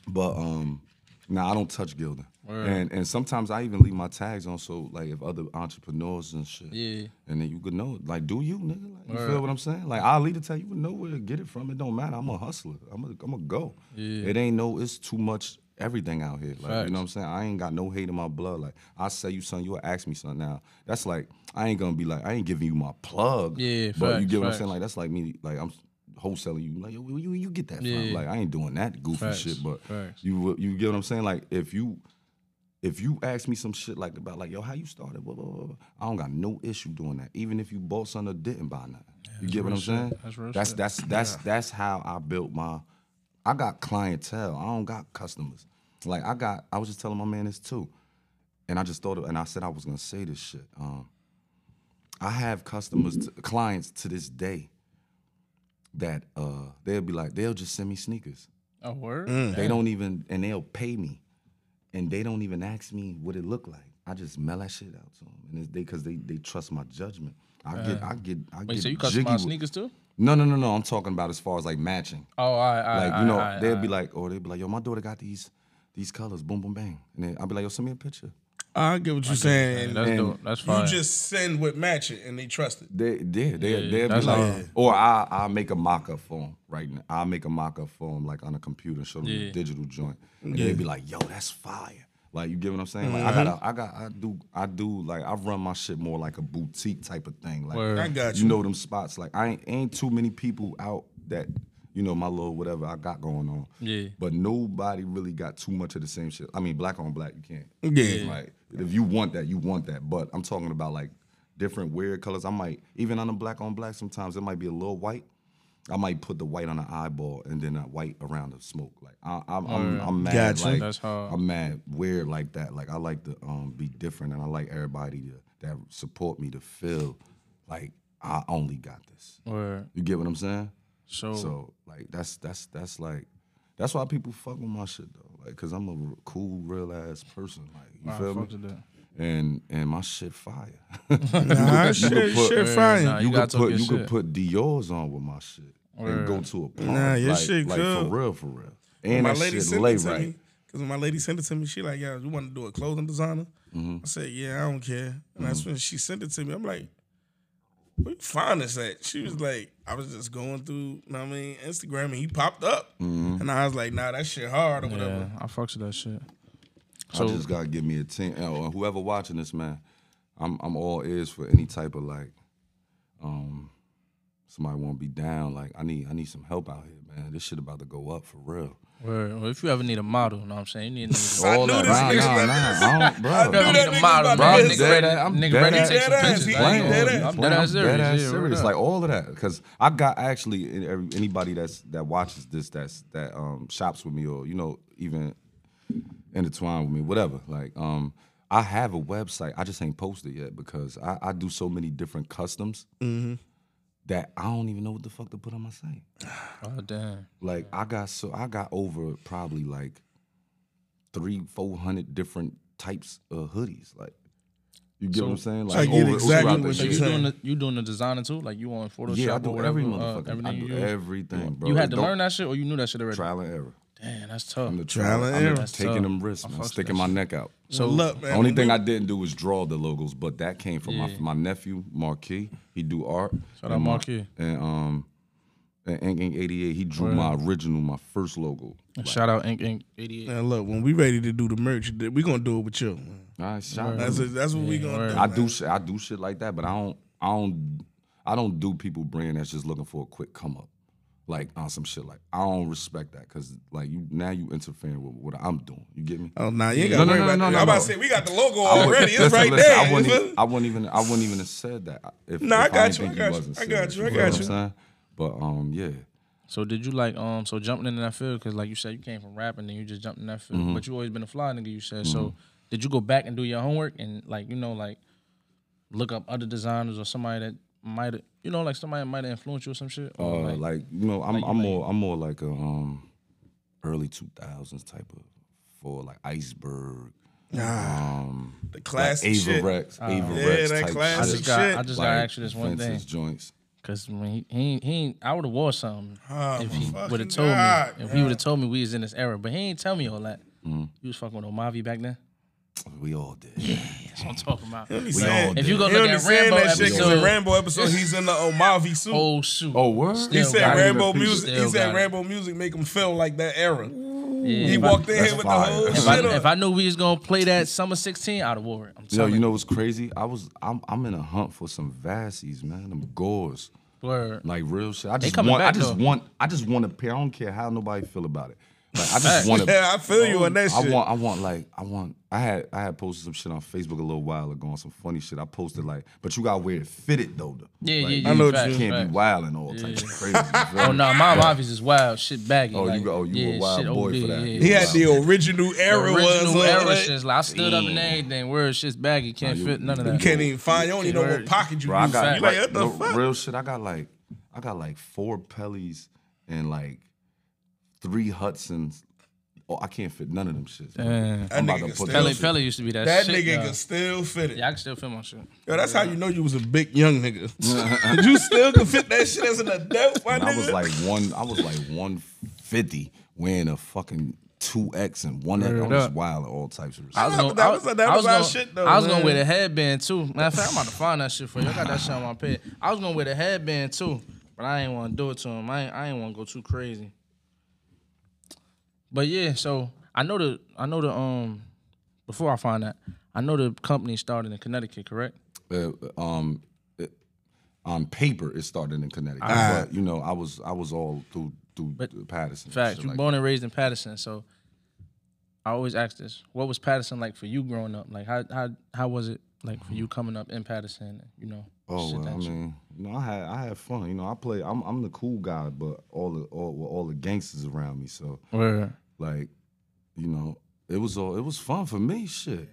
S3: but um, nah, I don't touch Gildan.
S2: Word.
S3: And and sometimes I even leave my tags on. So like if other entrepreneurs and shit.
S2: Yeah.
S3: And then you could know, like, do you, nigga? Like, you feel what I'm saying? Like, I'll lead the tag. You would know where to get it from. It don't matter. I'm a hustler. I'm a, I'm a go. It ain't no, it's too much everything out here. Like, you
S2: Facts.
S3: know what I'm saying? I ain't got no hate in my blood. Like, I say you something, you'll ask me something. Now, that's like, I ain't gonna be like, I ain't giving you my plug.
S2: Yeah,
S3: But you
S2: facts,
S3: get what I'm
S2: facts.
S3: saying? Like, that's like me, like, I'm wholesaling you. Like, yo, where you, you get that from?
S2: Yeah.
S3: Like, I ain't doing that goofy
S2: Facts,
S3: shit. But
S2: facts.
S3: you, you get what I'm saying? Like, if you, if you ask me some shit like about like yo how you started blah, blah, blah, blah, I don't got no issue doing that even if you bought something or didn't buy nothing you get what I'm saying
S2: That's real
S3: that's
S2: shit.
S3: that's that's, that's how I built my I got clientele I don't got customers like I got I was just telling my man this too and I just thought of, and I said I was gonna say this shit um I have customers to, clients to this day that uh they'll be like they'll just send me sneakers
S2: A word.
S1: Mm.
S3: they don't even, and they'll pay me, and they don't even ask me what it looked like. I just mail that shit out to them, and it's they because they they trust my judgment. I get I get I
S2: Wait,
S3: get
S2: so you
S3: jiggy
S2: customize
S3: with-
S2: sneakers too?
S3: No, no, no, no. I'm talking about as far as like matching.
S2: Oh, all right, all right,
S3: Like
S2: all
S3: you know,
S2: right, all right,
S3: they'd
S2: all
S3: be
S2: right.
S3: like, oh, they'd be like, yo, my daughter got these these colors, boom, boom, bang, and then I'll be like, yo, send me a picture.
S1: I get what you're saying.
S2: that's
S3: and
S2: dope. That's
S1: You
S2: fine.
S1: just send what match it, and they trust it.
S3: They, they, they,
S2: Yeah,
S3: they'll be
S2: that's
S3: like,
S2: how-
S3: or I, I make a mock up for 'em right now. I make a mock up for 'em, like on a computer, show them
S2: Yeah.
S3: the digital joint, and they'd be like, yo, that's fire. Like you get what I'm saying? Like
S2: Mm-hmm.
S3: I got, I got, I do, I do. Like I run my shit more like a boutique type of thing. Like
S2: Word.
S1: I got
S3: you
S1: you.
S3: know them spots. Like I ain't, ain't too many people out that you know my little whatever I got going on.
S2: Yeah.
S3: But nobody really got too much of the same shit. I mean, black on black, you can't.
S1: Yeah.
S3: Like if you want that, you want that. But I'm talking about like different weird colors. I might even on the black on black. Sometimes it might be a little white. I might put the white on the eyeball and then that white around the smoke. Like I, I'm, I'm, I'm mad.
S1: Gotcha.
S3: Like,
S2: That's hard.
S3: I'm mad weird like that. Like I like to um, be different and I like everybody to, that support me to feel like I only got this.
S2: Word.
S3: You get what I'm saying?
S2: So,
S3: So like that's that's that's like that's why people fuck with my shit though. Like cause I'm a r- cool real ass person. Like you
S2: I
S3: feel me?
S2: fucked with that.
S3: And and my shit fire.
S1: Nah,
S3: you could
S1: shit,
S3: put-
S1: shit,
S2: Yeah,
S1: fine.
S2: nah,
S3: you
S2: gotta
S3: could
S2: talk
S3: put
S2: your
S3: you could
S2: shit.
S3: put Dior's on with my shit and go to a prom.
S1: Nah, your
S3: like,
S1: shit
S3: like
S1: good.
S3: for real, for real. And
S1: my
S3: that
S1: lady
S3: shit
S1: sent
S3: lay
S1: it to me
S3: right.
S1: because when my lady sent it to me, she like, "Yeah, you want to do a clothing designer?" I said, "Yeah, I don't care." And that's when she sent it to me. I'm like, "Where you find this at?" She was like, "I was just going through, know what I mean, Instagram, and he popped up, and I was like, nah, that shit hard or
S2: yeah,
S1: whatever."
S2: I fucked with that shit.
S3: I just gotta give me a team. And whoever watching this, man, I'm I'm all ears for any type of like, um, somebody want to be down. Like I need I need some help out here, man. This shit about to go up for real.
S2: Word. Well, if you ever need a model, you know what I'm saying? You need
S1: I
S2: a model.
S1: knew
S3: that,
S1: this
S3: nah,
S1: nigga
S3: nah,
S1: was-
S3: nah, I don't,
S1: knew
S3: bro.
S2: Nigga
S1: that
S2: need a
S1: nigga
S2: model,
S1: about
S2: bro.
S1: to
S2: Nigga
S1: piss.
S2: ready-
S3: Dead ass- I'm
S2: nigga
S3: dead
S2: ready to
S3: ass-
S2: take some
S1: dead ass,
S2: pictures.
S1: he
S2: I ain't
S1: ain't dead
S2: gonna-
S1: ass.
S2: I'm
S3: Playing,
S2: dead ass
S3: playing, dead ass
S2: serious. yeah, word
S3: serious,
S2: up.
S3: like all of that. Because I got actually and every- anybody that's that watches this that's that um shops with me or you know even intertwined with me, whatever. Like um, I have a website. I just ain't posted yet because I, I do so many different customs
S1: Mm-hmm.
S3: that I don't even know what the fuck to put on my site.
S2: Oh, damn.
S3: Like I got so I got over probably like three, four hundred different types of hoodies. Like you get what I'm saying? Like
S1: I get
S3: over-
S1: exactly
S3: throughout the
S1: what
S2: So
S1: you're
S3: year.
S2: you
S1: saying.
S2: doing the you doing the designer too? Like you on Photoshop
S3: Yeah, I
S2: or
S3: do
S2: whatever?
S3: every
S2: uh,
S3: motherfucker. I
S2: everything you
S3: do
S2: use?
S3: everything, bro.
S2: You had
S3: It
S2: to
S3: don't-
S2: learn that shit, or you knew that shit already?
S3: trial and error.
S2: Damn, that's tough.
S3: I'm the
S1: Trial and
S3: I'm
S1: error.
S3: Just taking
S2: tough.
S3: them risks, man.
S2: fucks with
S3: Sticking
S2: that
S3: my neck out.
S1: So look, man.
S3: Only
S1: when
S3: thing
S1: we-
S3: I didn't do was draw the logos, but that came from
S2: Yeah.
S3: my, my nephew Marquis. He do art.
S2: Shout out
S3: And my-
S2: Marquis.
S3: And um, and Ink Ink '88. He drew my original, my first logo.
S2: Shout out Ink Ink 88.
S1: Man, look, when we ready to do the merch, we gonna do it with you.
S3: All right, shout out.
S1: That's that's what we gonna
S2: word.
S1: do.
S3: I do shit. I do shit like that, but I don't. I don't. I don't do people brand that's just looking for a quick come up, like on some shit. Like I don't respect that because like you now you interfering with what I'm doing. You get me?
S1: Oh nah, you ain't gotta
S3: No, no,
S1: worry
S3: no,
S1: about
S3: no,
S1: that.
S3: no,
S1: I'm about
S3: no.
S1: to say we got the logo
S3: I wouldn't-
S1: already. It's
S3: listen,
S1: right
S3: listen,
S1: there.
S3: I wouldn't,
S1: You feel
S3: even, I wouldn't even. I wouldn't even have said that. uh, If,
S1: Nah, I
S3: if
S1: got
S3: didn't
S1: you, I
S3: think
S1: got you, I
S3: wasn't
S1: got
S3: serious,
S1: you, I
S3: feel
S1: got
S3: what I'm
S1: you.
S3: saying? But um, yeah,
S2: So did you like um? So jumping into that field because like you said, you came from rapping, then you just jumped in that field.
S3: Mm-hmm.
S2: But you always been a fly nigga. You said so. Did you go back and do your homework and like you know like look up other designers or somebody that might you know like somebody might have influenced you or some shit?
S3: uh,
S2: Or,
S3: like,
S2: like,
S3: you know, I'm, I'm more. I'm more like a um, early 2000s type of for like iceberg. Um,
S1: The
S3: like
S1: classic
S3: Ava
S1: shit.
S3: Rex, Ava
S1: Yeah,
S3: Rex
S1: that
S3: type
S2: Oh. I
S1: classic
S3: shit.
S2: just got
S1: shit.
S2: I just got actually this one thing
S3: Vincent's joints.
S2: because he he ain't- he ain't- I would have wore something
S1: Oh,
S2: if he
S1: fucking
S2: would have told
S1: God,
S2: me if he
S1: bro.
S2: would have told me we was in this era. But he ain't tell me all that.
S3: Mm.
S2: You was fucking with Omavi back then.
S3: We all did.
S2: That's what I'm talking about.
S1: He
S3: We
S1: saying-
S3: all
S2: If you
S3: did.
S2: go
S1: he
S2: look
S1: only
S2: at
S1: saying
S2: Rambo
S1: that shit 'cause in
S2: episode,
S1: Rambo episode he's in the Omavi suit.
S2: oh shoot,
S3: Oh, word?
S1: he
S2: Still
S1: said
S2: got it.
S1: Rambo
S3: Still
S1: music. He
S2: got
S1: said
S2: it.
S1: Rambo music make him feel like that era.
S2: Yeah,
S1: He
S2: if I-
S1: walked in
S3: that's
S1: here with
S3: fire.
S1: the whole
S3: If
S2: If I,
S1: shit.
S2: if
S1: on.
S2: I knew we was gonna play that summer sixteen, I'd have wore it. I'm
S3: Yo,
S2: telling
S3: you know what's crazy? I was I'm I'm in a hunt for some Vassies, man. Them gores.
S2: you. Word.
S3: Like real shit. I just
S2: coming
S3: want I
S2: back,
S3: just
S2: though.
S3: want I just want a pair. I don't care how nobody feel about it. Like I
S2: Facts.
S3: just want to
S1: Yeah, I feel you on that
S3: Oh, I
S1: shit.
S3: want I want like I want I had I had posted some shit on Facebook a little while ago on some funny shit. I posted like, but you gotta wear it fitted though. though.
S2: Yeah,
S3: like,
S2: yeah, yeah.
S1: I know what
S2: facts,
S3: You can't
S2: facts.
S3: be wild and all types of crazy. you
S2: Oh
S3: feel
S2: no,
S3: me?
S2: nah, my obvious is wild, shit baggy.
S3: Oh, you
S2: like,
S3: go- oh, you a
S2: yeah,
S3: wild
S2: shit
S3: boy
S2: over
S3: for
S2: there,
S3: that.
S2: Yeah.
S1: he had the original era was
S2: original
S1: on
S2: era
S1: that.
S2: shit. Like, I stood up and everything. Word, shit's baggy. Can't fit none of
S1: You
S2: that.
S1: can't even find. You don't even know what
S2: Word.
S1: pocket you.
S3: Bro, I
S1: use.
S3: got
S1: you
S3: like,
S1: like what the
S3: no,
S1: fuck?
S3: real shit. I got like I got like four Pellies and like three Hudsons Oh, I can't fit none of them shits.
S1: That
S3: I'm about
S1: nigga
S3: to
S1: can
S3: put
S1: still
S2: Pele
S3: that shit.
S2: Pele used to be that.
S1: That
S2: shit,
S1: nigga
S2: y'all.
S1: can still fit it.
S2: Yeah, I can still feel my shit.
S1: Yo, that's how you know you was a big young nigga. Did you still can fit that shit as an adult, my
S3: And
S1: nigga?
S3: I was like one. I was like one fifty wearing a fucking two X and one X. I
S2: Word
S3: was
S2: up.
S3: wild at all types of shit.
S2: I was gonna,
S1: that
S2: I,
S1: was- that
S2: I
S1: was our
S2: gonna-
S1: shit, though,
S2: I was
S1: man.
S2: gonna wear the headband too. Matter of fact, I'm about to find that shit for you. I got that shit on my pad. I was gonna wear the headband too, but I ain't want to do it to him. I ain't, I ain't want to go too crazy. But yeah, so I know the I know the um before I find that I know the company started in Connecticut, correct?
S3: uh, um, it- on paper, it started in Connecticut, but you know, I was I was all through through Patterson. and
S2: Facts.
S3: shit
S2: You
S3: like
S2: born and raised in Patterson, so I always ask this: What was Patterson like for you growing up? Like how how how was it like for you coming up in Patterson? You know.
S3: Mm-hmm. Oh,
S2: shit
S3: well,
S2: that
S3: I
S2: you-
S3: mean, you know, I had I had fun. You know, I play. I'm I'm the cool guy, but all the all well, all the gangsters around me. So
S2: Word.
S3: like, you know, it was all it was fun for me. Shit.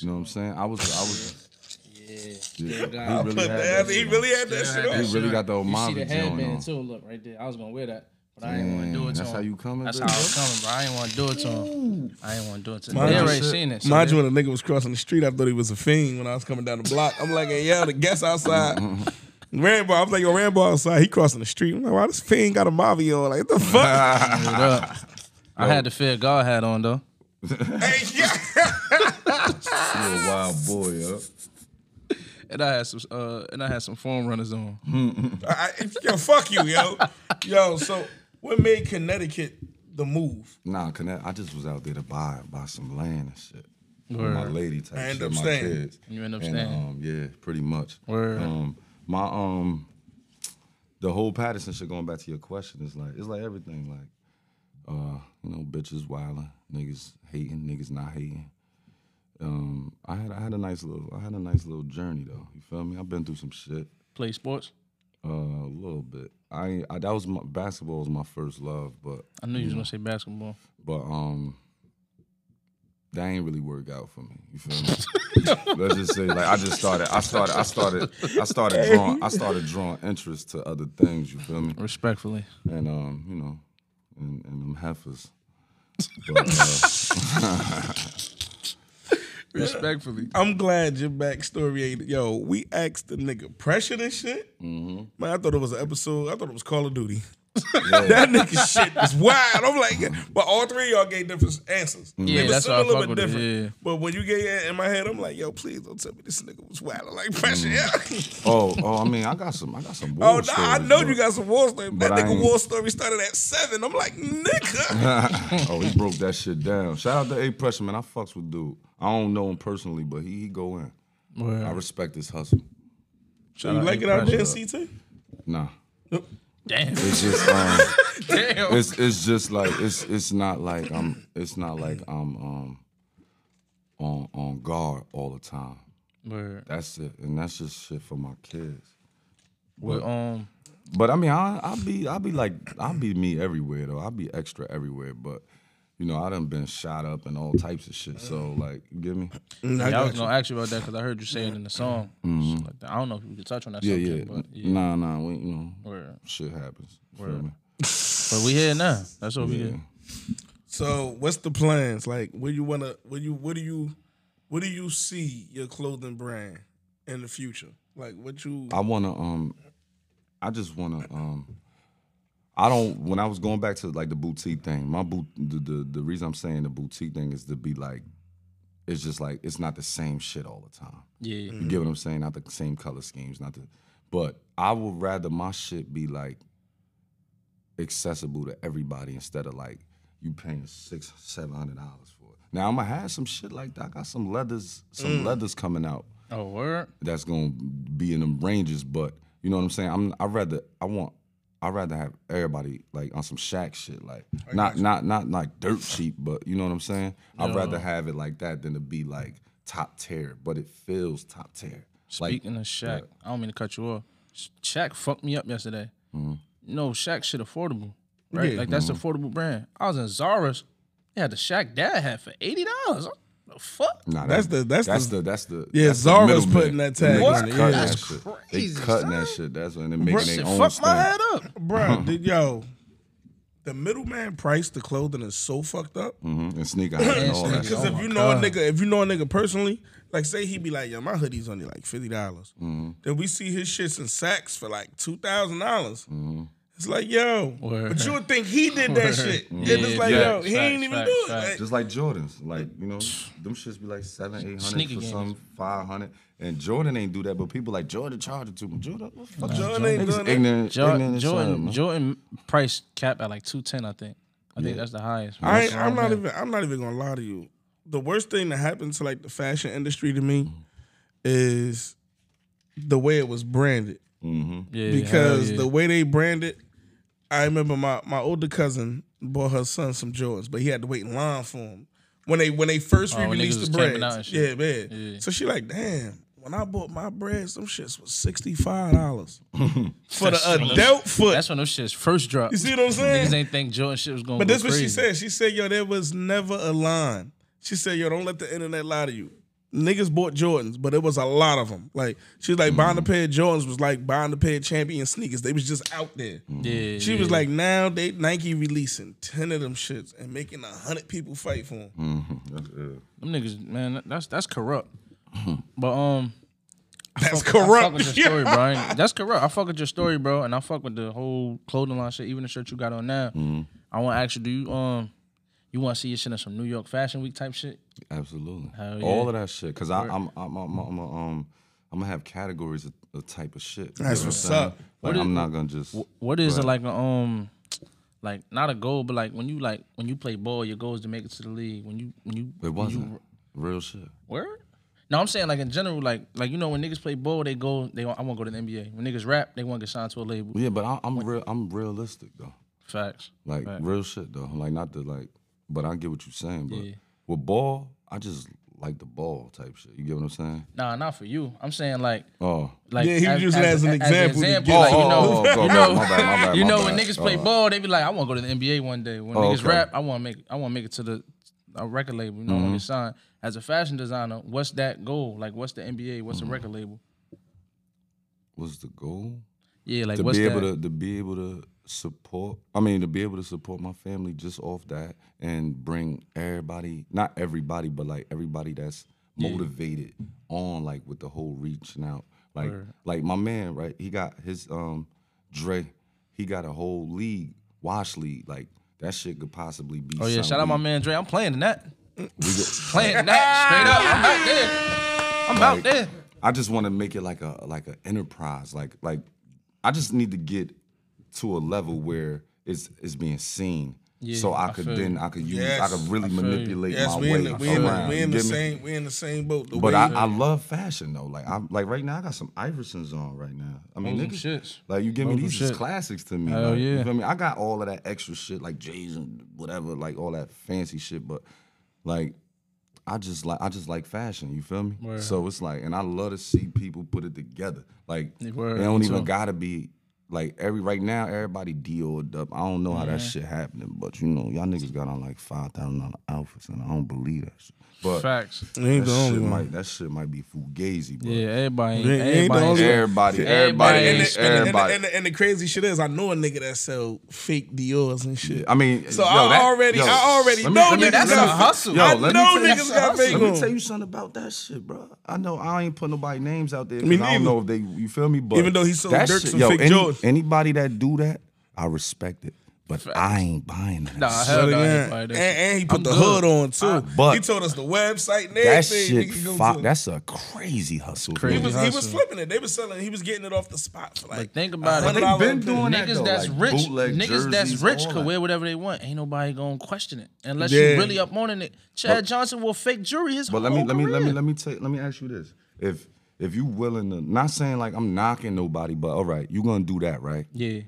S3: you know what I'm saying? I was I was. yeah. He really
S1: But
S3: had
S1: that,
S3: that
S1: he
S3: shit on.
S1: really had that shit on.
S3: that really got the
S2: You see the
S3: Omari joint on.
S2: headband too. Look right there. I was gonna wear that, but I ain't want to do it
S3: Damn,
S2: to
S3: that's
S2: him.
S3: how you coming,
S2: That's how
S3: baby?
S2: I was coming, bro. I ain't want to do it to him. I ain't want to do it to him.
S1: Mind
S2: They
S1: you-
S2: already seen it. So
S1: Mind
S2: they-
S1: you, when a nigga was crossing the street, I thought he was a fiend when I was coming down the block. I'm like, hey, yo, the guest outside. Rambo, I was like, yo, Rambo outside. He crossing the street. I'm like, why this fiend got a Mavio? Like, what the fuck?
S2: Hold up. I had the fear God hat on though.
S1: hey, yeah.
S3: You a wild boy, yo.
S2: And I had some uh and I had some form runners on.
S1: I, yo, fuck you, yo. Yo, so what made Connecticut the move?
S3: Nah, connect. I just was out there to buy buy some land and shit. With My
S2: Word.
S3: lady type
S1: I end
S3: shit.
S1: up
S3: my
S1: staying.
S3: kids.
S2: You end up
S3: And,
S2: staying.
S3: um, yeah, pretty much.
S2: Word.
S3: Um, my um, the whole Patterson shit. Going back to your question, is like it's like everything. Like, uh, you know, bitches wilding, niggas hating, niggas not hating. Um, I had I had a nice little I had a nice little journey though. You feel me? I've been through some shit.
S2: Play sports.
S3: Uh, a little bit. I, I that was my basketball was my first love, but
S2: I knew you was gonna say basketball.
S3: but um, that ain't really work out for me. You feel me? Let's just say, like, I just started, I started, I started, I started drawing, I started drawing interest to other things. You feel me?
S2: Respectfully.
S3: And um, you know, and, and them heifers. But, uh,
S2: Respectfully.
S1: I'm glad your backstory ain't. Yo, we asked the nigga pressure this shit.
S2: Mm-hmm.
S1: Man, I thought it was an episode. I thought it was Call of Duty. that nigga shit is wild. I'm like, but all three of y'all gave different answers. They
S2: Mm-hmm. Yeah,
S1: was
S2: that's why I
S1: similar
S2: fuck
S1: but
S2: with it, yeah.
S1: But when you gave it in my head, I'm like, yo, please don't tell me this nigga was wild. I'm like pressure.
S2: Mm-hmm.
S3: oh, oh, I mean, I got some, I got some.
S1: oh,
S3: war
S1: nah, I
S3: stories,
S1: know
S3: but-
S1: you got some war story. That
S3: But I
S1: nigga
S3: ain't-
S1: war story started at seven. I'm like, nigga.
S3: oh, he broke that shit down. Shout out to A Pressure, man. I fucks with dude. I don't know him personally, but he, he go in. I
S2: Word.
S3: respect his hustle.
S1: you
S2: out
S1: like
S2: to
S1: it out there in
S2: Pressure.
S1: CT?
S3: Nah.
S2: Damn.
S3: It's just um,
S2: Damn.
S3: it's it's just like it's it's not like I'm it's not like I'm um on on guard all the time.
S2: Word.
S3: That's it, and that's just shit for my kids.
S2: Well, um
S3: But I mean, I I be I be like I be me everywhere though. I be extra everywhere, but. You know, I done been shot up and all types of shit. So, like, you get me?
S1: Mm,
S2: yeah, I was gonna ask you about that because I heard you say it in the song. Shit like that. I don't know if we could touch on that
S3: Mm-hmm. Yeah,
S2: subject,
S3: yeah.
S2: but yeah.
S3: Nah, nah. We, you know,
S2: Word.
S3: shit happens. Feel
S2: Word.
S3: me?
S2: But we here now. That's what we
S3: Yeah.
S2: did.
S1: So what's the plans? Like where you wanna where you what do you what do you see your clothing brand in the future? Like what you
S3: I wanna um I just wanna um I don't when I was going back to like the boutique thing, my boot the, the the reason I'm saying the boutique thing is to be like it's just like it's not the same shit all the time.
S2: Yeah.
S3: You get what I'm saying? Not the same color schemes, not the but I would rather my shit be like accessible to everybody instead of like you paying six, seven hundred dollars for it. Now I'ma have some shit like that. I got some leathers, some leathers coming out
S2: Oh, word.
S3: that's gonna be in them ranges. But you know what I'm saying? I'm I rather I want I rather have everybody like on some shack shit, like not not not like dirt cheap, but you know what I'm saying? I'd rather have it like that than to be like top tier, but it feels top tier. Like
S2: Speaking of Shaq, I don't mean to cut you off. Sh- Shaq fucked me up yesterday.
S1: Mm-hmm.
S2: No, Shaq shit affordable, right? Like that's affordable brand. I was in Zara's. They had the Shaq dad hat for eighty dollars. The fuck?
S3: nah,
S1: That's
S3: that-
S1: the- that's the-
S3: the that's the
S1: Yeah,
S3: that's the
S1: Zara's
S3: middleman.
S1: putting that tag on
S3: Niggas
S1: it,
S3: cutting
S1: yeah.
S3: that
S2: That's
S3: shit.
S2: crazy,
S3: they cutting
S2: son.
S3: that shit. That's when they're making
S2: Shit
S3: their own
S2: fucked my
S3: stamp.
S2: head up.
S1: bro, did yo the middleman price the clothing is so fucked up.
S3: Mhm, and sneaker high and all that.
S2: sneakers.
S1: Because
S2: Oh
S1: if
S2: my
S1: you know
S2: God.
S1: a nigga, if you know a nigga personally, like say he be like, yo, my hoodie's only like fifty dollars. Then we see his shits in sacks for like two dollars. It's like, yo,
S2: Word.
S1: but you would think he did that shit. And it's
S2: Yeah,
S1: like,
S2: yeah.
S1: yo, he
S2: Facts,
S1: ain't even
S2: facts,
S1: do it.
S2: facts.
S1: Like,
S3: Just like Jordans, like you know, them shits be like seven, eight hundred
S2: Sneaker
S3: for
S2: games.
S3: some, five hundred. And Jordan ain't do that, but people like Jordan charging too much. Jordan, what the fuck?
S1: Jordan ain't
S3: Niggas
S1: doing that.
S3: ignorant, ignorant
S2: Jordan,
S3: as hell,
S2: Jordan,
S3: man.
S2: Jordan price cap at like two ten, I think. I think that's the highest.
S1: I ain't, I'm not even. I'm not even gonna lie to you. The worst thing that happened to like the fashion industry to me
S2: Mm-hmm.
S1: is the way it was branded.
S2: Yeah,
S1: because
S2: hell yeah.
S1: the way they branded, I remember my my older cousin bought her son some Jordans, but he had to wait in line for them when they when they first
S2: Oh, when
S1: released
S2: niggas was
S1: the
S2: camping out and
S1: breads. Yeah,
S2: shit.
S1: man.
S2: Yeah.
S1: So she like, damn. When I bought my breads, them shits was sixty five dollars for the adult foot.
S2: that's when those shits first dropped.
S1: you see what I'm saying?
S2: Niggas ain't think Jordan shit was going.
S1: But that's what she said. She said, yo, there was never a line. She said, yo, don't let the internet lie to you. Niggas bought Jordans, but it was a lot of them. Like she's like buying a
S3: Mm-hmm.
S1: pair of Jordans was like buying a pair of Champion sneakers. They was just out there.
S3: Mm-hmm.
S2: Yeah,
S1: She
S2: yeah.
S1: was like, now they Nike releasing ten of them shits and making a hundred people fight for them.
S3: Mm. Mm-hmm.
S2: Them niggas, man, that- that's that's corrupt. But um,
S1: That's
S2: I fuck
S1: corrupt.
S2: with your story, bro. I ain't- That's corrupt. I fuck with your story, bro, and I fuck with the whole clothing line shit, even the shirt you got on now. I want to ask you, do you um, you want to see your shit in some New York Fashion Week type shit?
S3: Absolutely,
S2: Hell
S3: all
S2: yeah.
S3: of that shit. Cause I, I'm, I'm, I'm, I'm, a, um, I'm gonna have categories of, of type of shit. You
S1: That's
S3: know
S1: what's
S3: what I'm
S1: up.
S3: saying? Like I'm not gonna just.
S2: What is
S3: Right.
S2: it like a um, like not a goal, but like when you like when you play ball, your goal is to make it to the league. When you when you
S3: It
S2: when you-
S3: wasn't real shit.
S2: Where? No, I'm saying like in general, like like you know when niggas play ball, they go they want- I want to go to the NBA. When niggas rap, they want to get signed to a label.
S3: Yeah, but I, I'm real. I'm realistic though.
S2: Facts.
S3: Like
S2: Right.
S3: real shit though. Like not the like, but I get what you're saying. But
S2: Yeah.
S3: with ball, I just like the ball type shit. You get what I'm saying?
S2: Nah, not for you. I'm saying like
S3: Oh.
S2: like
S1: Yeah, he was using it as an example to get-
S2: like, you
S3: Oh,
S2: know,
S3: oh, oh,
S2: you
S3: my
S2: know,
S3: bad, my bad, my bad,
S2: you
S3: my
S2: know
S3: bad.
S2: when niggas play
S3: Oh.
S2: ball, they be like, I want to go to the NBA one day. When
S3: Oh,
S2: niggas
S3: okay.
S2: rap, I want to make I want to make it to the a record label. You know,
S3: Mm-hmm.
S2: when it's signed as a fashion designer, what's that goal? Like, what's the NBA? What's the
S3: Mm-hmm.
S2: record label?
S3: What's the goal?
S2: Yeah, like
S3: to
S2: what's
S3: be
S2: that?
S3: able to to be able to support. I mean, to be able to support my family just off that and bring everybody, not everybody, but like everybody that's motivated on like with the whole reaching out. Like like my man, right? He got his um Dre. He got a whole league, wash league. Like that shit could possibly be.
S2: oh yeah,
S3: something
S2: shout out
S3: we-
S2: my man Dre. I'm playing in that.
S3: we could-
S2: Playing in that straight up. I'm out there. I'm out there.
S3: I just want to make it like a like an enterprise. Like like I just need to get to a level where it's it's being seen. so I
S2: I
S3: could
S2: feel
S3: then I could use I
S1: Yes,
S3: could really
S2: you.
S3: manipulate
S1: Yes,
S3: my
S1: we
S3: way
S1: in the, we in the,
S3: around.
S1: we
S3: you
S1: in the
S3: get me?
S1: same we in the same boat. The
S3: But
S1: way
S3: I, I love fashion though. Like I'm like right now I got some Iversons on right now. I mean
S2: Those them
S3: niggas-
S2: shits.
S3: Like you give me
S2: Those them
S3: these is
S2: shit.
S3: classics to me.
S2: Hell
S3: like, You
S2: yeah.
S3: feel me? I got all of that extra shit like J's and whatever, like all that fancy shit. But like I just like I just like fashion. You feel me?
S2: Word.
S3: So it's like, and I love to see people put it together. Like
S2: Word,
S3: they don't
S2: me
S3: even
S2: too.
S3: gotta be. Like every right now, everybody dealed up. I don't know how that shit happening, but you know, y'all niggas got on like five thousand dollar outfits, and I don't believe that shit. But
S2: Facts.
S1: we ain't
S3: that
S1: the only
S3: shit
S1: one.
S3: might that shit might be fugazi, bro.
S2: Yeah, everybody.
S1: ain't the
S2: everybody.
S1: only-
S3: Everybody, everybody,
S2: Everybody
S1: And
S2: ain't
S1: the, and, the- and the-
S3: everybody.
S1: and the- and the crazy shit is, I know a nigga that sell fake Dior's and shit.
S3: I mean,
S1: So
S3: yo,
S1: I
S3: that-
S1: already-
S3: yo,
S1: I already
S3: let me-
S1: know
S3: let me-
S1: niggas
S3: let me-
S1: got-
S2: hustle.
S3: Yo,
S1: I
S3: let me
S1: know
S3: tell you-
S1: niggas got fake
S3: Let me
S1: on.
S3: tell you something about that shit, bro. I know I ain't put nobody names out there. 'cause
S1: Me
S3: I don't
S1: neither.
S3: know if they, you feel me? But
S1: Even though he sold
S3: that
S1: Dirk
S3: shit-
S1: some
S3: yo,
S1: fake Jordans.
S3: Anybody that do that, I respect it. But I ain't buying that.
S2: Nah,
S3: shit.
S2: hell no.
S1: Yeah.
S2: everybody
S1: And,
S2: does.
S1: and he put
S2: I'm
S1: the
S2: good.
S1: hood on too.
S3: but-
S1: he told us the website and everything.
S3: that shit,
S1: nigga can go
S3: fi-
S1: to.
S3: that's a crazy hustle.
S1: he
S3: Crazy.
S1: was he was
S2: hustle.
S1: flipping it. They was selling. He was getting it off the spot for like.
S2: But think about it.
S1: $100
S3: They've been
S1: a
S3: doing
S1: piece.
S3: that
S2: Niggas
S3: though,
S2: that's
S3: like
S2: rich,
S3: bootleg
S2: niggas that's
S3: jerseys,
S2: rich
S3: all
S2: could
S3: that.
S2: wear whatever they want. Ain't nobody gonna question it unless
S1: Yeah.
S2: you really up on it. Chad Johnson will fake jury his
S3: But let me
S2: whole
S3: let me let me
S2: career.
S3: let me take let me ask you this. If if you willing to not saying like I'm knocking nobody, but all right, you gonna do that, right?
S2: Yeah,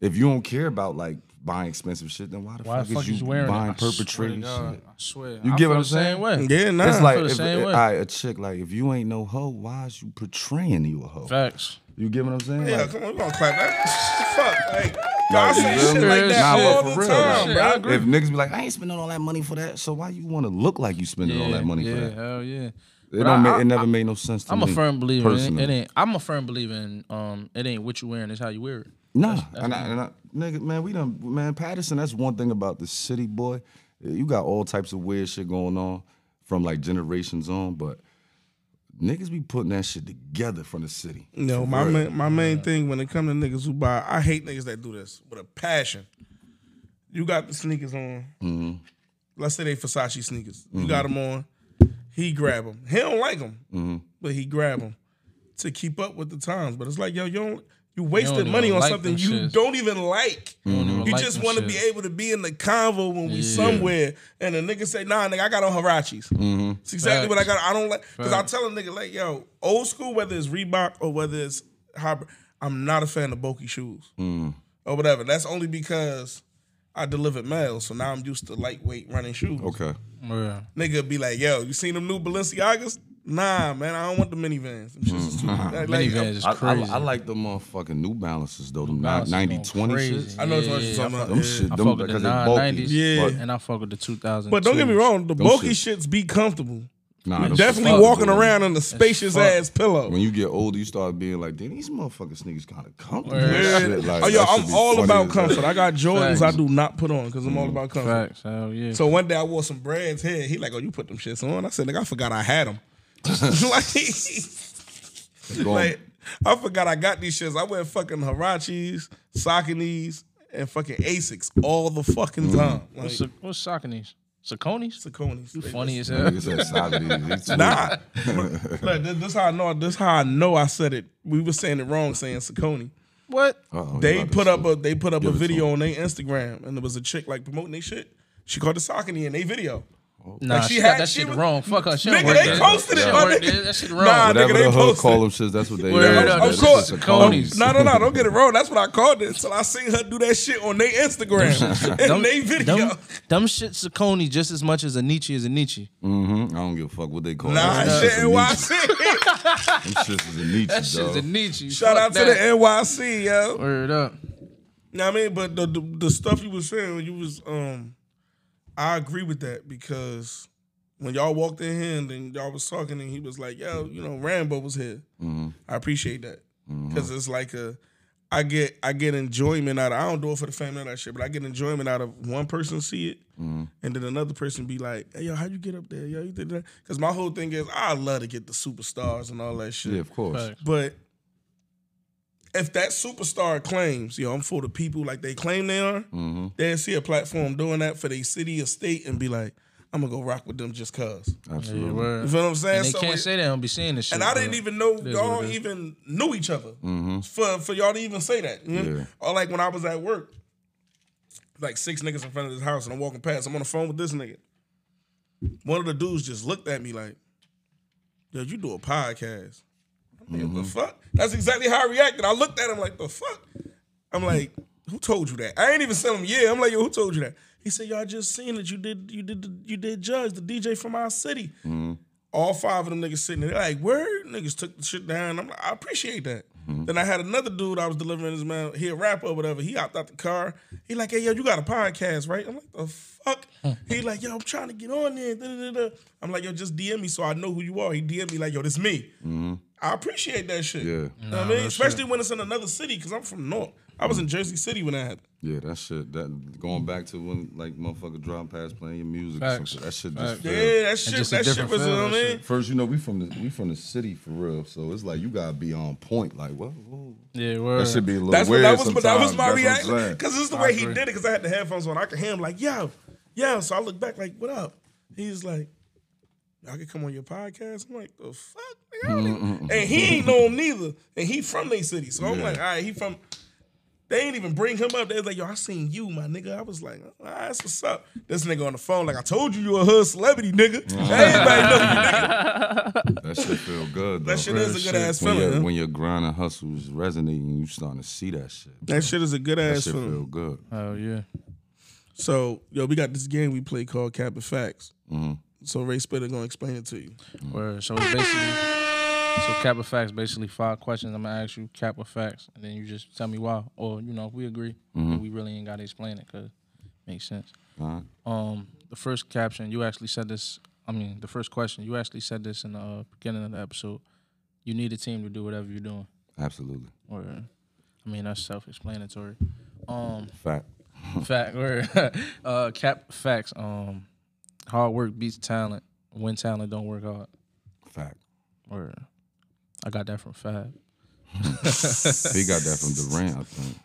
S3: If you don't care about like buying expensive shit, then why the,
S2: why the fuck
S3: is
S2: you wearing
S3: buying
S2: it? I swear to
S3: perpetrating
S2: God,
S3: shit?
S2: I swear.
S3: You
S2: I
S3: get
S2: feel
S3: what I'm
S2: the same
S3: saying?
S2: Way.
S1: Yeah, nah.
S3: It's like
S2: feel the
S3: if,
S2: same
S3: if-
S2: way.
S3: alright, a chick like if you ain't no hoe, why is you portraying you a hoe?
S2: Facts.
S3: You get what I'm saying?
S1: yeah,
S3: Like,
S1: come on, we gonna clap that. Fuck, like y'all say
S3: you
S1: shit
S3: feel me?
S1: like that
S2: Nah, but
S1: all
S3: for
S1: the
S3: real,
S1: time,
S3: like,
S2: bro. I
S1: bro.
S2: agree.
S3: If niggas be like, I ain't spending all that money for that, so why you want to look like you spending all that money
S2: yeah,
S3: for that?
S2: hell yeah.
S3: It
S2: But
S3: don't.
S2: I-
S3: ma-
S2: I-
S3: it never made no sense to
S2: I'm
S3: me.
S2: a firm believer. in It, it
S3: personally.
S2: ain't. I'm a firm believer in. Um, it ain't what you wearing. It's how you wear it.
S3: Nah, and, I, and I, nigga, man, we done, man, Patterson. That's one thing about the city, boy. You got all types of weird shit going on from like generations on, but niggas be putting that shit together from the city.
S1: No, my main, my main thing when it comes to niggas who buy, I hate niggas that do this with a passion. You got the sneakers on.
S2: Mm-hmm.
S1: Let's say they Versace sneakers. You got them on. He grab them. He don't like them,
S2: Mm-hmm.
S1: but he grab them to keep up with the times. But it's like yo, you don't, you wasted
S2: even
S1: money on
S2: like
S1: something
S2: them
S1: you
S2: shits.
S1: don't even like.
S2: even
S1: You
S2: like
S1: just
S2: them
S1: want to be
S2: shits.
S1: able to be in the convo when we somewhere, and a nigga say, "Nah, nigga, I got on Harachis."
S2: Mm-hmm.
S1: It's exactly what I got. I don't like because I tell a nigga like, "Yo, old school, whether it's Reebok or whether it's Hybrid, I'm not a fan of bulky shoes
S2: Mm.
S1: or whatever." That's only because I delivered mail, so now I'm used to lightweight running shoes.
S3: Okay.
S2: Yeah.
S1: Nigga be like, "Yo, you seen them new Balenciagas?" Nah, man, I don't want the minivans. Them shits is too- like- like,
S2: Mm. Minivans is
S3: I, I,
S2: crazy.
S3: I like the motherfucking New Balances though. Them
S2: Balances going
S3: 90 20 shits.
S2: crazy.
S1: I know it's what
S2: Yeah,
S1: you're talking about.
S3: Them
S1: Yeah.
S3: shit,
S2: I fuck
S3: them
S2: with the
S3: because they bulky.
S2: 990s.
S1: Yeah.
S2: and I fuck with the 2000.
S1: But don't get me wrong, the bulky
S3: shits.
S1: shits be comfortable.
S3: Nah,
S2: You
S3: them shits
S1: Definitely
S2: fuck,
S3: comfortable.
S1: walking around on a spacious
S2: fuck.
S1: ass pillow.
S3: When you get older, you start being like, "Damn, these motherfucking sneakers kind of comfortable."
S2: Yeah.
S3: and
S1: Yeah.
S3: shit." Like,
S1: oh, yo,
S3: that should
S1: I'm
S3: be
S1: all
S3: funny
S1: about
S3: as hell.
S1: comfort. I got Jordans I
S2: Facts.
S1: do not put on because I'm all about comfort.
S2: Facts. Hell yeah.
S1: So one day I wore some brands here. He like, oh, you put them shits on. I said, nigga, I forgot I had them. like,
S3: Going-
S1: like, I forgot I got these shits. I wear fucking Harachis, Sauconys, and fucking Asics all the fucking
S3: Mm.
S1: time. Like,
S2: what's, what's Sauconys? Sauconys?
S1: Sauconys. They
S2: Funny as
S1: just-
S2: hell.
S3: Nigga said solid. He's too-
S1: Nah, Look, this, this how I know. This how I know I said it. We were saying it wrong, saying Saucony.
S2: What?
S3: Uh-oh, he
S1: They
S3: about to
S1: put up
S3: sue.
S1: a they put up a
S3: Give it to
S1: video on their Instagram, and there was a chick like promoting their shit. She called the Saucony in their video.
S2: Nah,
S1: she
S2: she,
S1: had-
S2: got that
S1: she
S2: shit
S1: was-
S2: wrong. Fuck her. She
S1: Nigga,
S2: don't work
S1: they
S2: there.
S1: posted it,
S2: She don't
S1: my
S2: work
S1: nigga.
S2: there. That shit
S1: Nah,
S2: wrong.
S1: nigga,
S3: Whatever
S1: they
S3: the hood
S1: posted.
S3: call them shits, that's what they.
S2: Word
S3: is.
S2: up,
S3: That
S2: of
S3: shit's
S1: course.
S3: a
S2: Coney's.
S1: No, no, no! Don't get it wrong. That's what I called it. So I seen her do that shit on their Instagram and they video.
S2: Dumb, dumb shit Saucony just as much as a Nietzsche is a Nietzsche.
S3: Mhm. I don't give a fuck what they call
S1: Nah,
S3: it. Them
S1: shit,
S3: shits is
S1: NYC.
S3: a Nietzsche. Them
S2: That
S3: shits is a Nietzsche,
S2: shit's
S3: dog.
S2: a Nietzsche.
S1: Shout
S2: Fuck
S1: out to
S2: that.
S1: the NYC, yo.
S2: Word up.
S1: Now I mean, but the, the the stuff you was saying when you was um, I agree with that because when y'all walked in here and then y'all was talking and he was like, "Yo, you know, Rambo was here." I appreciate that because it's like a I get I get enjoyment out. of I don't do it for the fame of that shit, but I get enjoyment out of one person see it and then another person be like, "Hey, yo, how you get up there? Yo, you did that?" Because my whole thing is I love to get the superstars and all that shit.
S3: Yeah, of course.
S2: Facts.
S1: But if that superstar claims, yo, I'm for the people like they claim they are,
S2: Mm-hmm.
S1: they'll see a platform doing that for their city or state and be like, I'm gonna go rock with them just cause.
S3: Absolutely.
S2: Yeah,
S1: You
S2: word.
S1: feel what I'm saying?
S2: And they
S1: So
S2: can't
S1: it-
S2: say they don't be seeing this shit.
S1: and I
S2: bro.
S1: didn't even know
S2: is
S1: y'all
S2: what it is. Mm-hmm.
S1: even knew each other for for y'all to even say that. you know?
S3: Yeah.
S1: Or like when I was at work, like six niggas in front of this house, and I'm walking past. I'm on the phone with this nigga. One of the dudes just looked at me like, "Yo, you do a podcast?" I'm like,
S2: Mm-hmm.
S1: "The fuck?" That's exactly how I reacted. I looked at him like, "The fuck?" I'm like, "Who told you that?" I ain't even sent him. Yeah, I'm like, "Yo, who told you that?" He said, "Y'all just seen that you did you did the- you did Judge, the DJ from our city." all five of them niggas sitting there like, where niggas took the shit down. I'm like, I appreciate that. Then I had another dude I was delivering his man, he a rapper or whatever. He hopped out the car. He like, hey yo, you got a podcast, right? I'm like, the fuck? he like, yo, I'm trying to get on there. da, da, da, da. I'm like, yo, just DM me so I know who you are. He DM me like, yo, this me. I appreciate that shit.
S3: Yeah.
S1: You know what I mean? Especially when it's in another city, because I'm from North. I was in Jersey City when I had
S3: Yeah, that shit. That going back to when like motherfucker drop past playing your music. Or some
S2: Facts.
S3: shit, that shit
S2: Facts.
S3: just.
S1: Yeah,
S3: fell.
S1: that shit,
S2: just a
S1: that shit
S2: different
S1: was, you
S2: feel,
S1: know what
S2: that
S1: I mean?
S2: shit.
S3: First, you know, we from the we from the city for real, so it's like you gotta be on point. Like what? Whoa.
S2: Yeah, word.
S3: That should be a little
S1: That's what
S3: weird
S1: that was, but that was my
S3: sometimes, that's what I'm
S1: reaction
S3: saying.
S1: because this is the
S2: I
S1: way he
S2: agree.
S1: did it. Because I had the headphones on, I could hear him like, "Yo, yo." So I look back like, "What up?" He's like, "I could come on your podcast." I'm like, "The fuck?" Nigga, I don't even-" And he ain't know him neither, and he from their city. So I'm like, "All right, he from." They ain't even bring him up. They was like, "Yo, I seen you, my nigga." I was like, "All right, that's what's up." This nigga on the phone, like, "I told you, you a hood celebrity, nigga." Everybody know you, nigga.
S3: That shit feel good. Though.
S1: That shit is a good ass
S3: when,
S1: feeling.
S3: your,
S1: huh?
S3: when your grind and hustle is resonating, you starting to see that shit.
S1: That shit is a good
S3: That
S1: ass
S3: shit
S1: feeling.
S3: feel good.
S2: Oh yeah.
S1: So, yo, we got this game we play called Cap and Facts.
S3: Mm-hmm.
S1: So Ray Spitter gonna explain it to you.
S2: Word. So it's basically, so cap or facts. Basically, five questions. I'm gonna ask you cap or facts, and then you just tell me why, or you know if we agree, then we really ain't gotta explain it because makes sense.
S3: Alright.
S2: Um, the first caption you actually said this. I mean, the first question you actually said this in the uh, beginning of the episode. You need a team to do whatever you're doing.
S3: Absolutely.
S2: Word. I mean, that's self-explanatory. Um,
S3: Fact.
S2: fact word. uh, cap facts. Um, hard work beats talent. When talent don't work hard.
S3: Fact.
S2: Word. I got that from Fab.
S3: He got that from Durant, I think.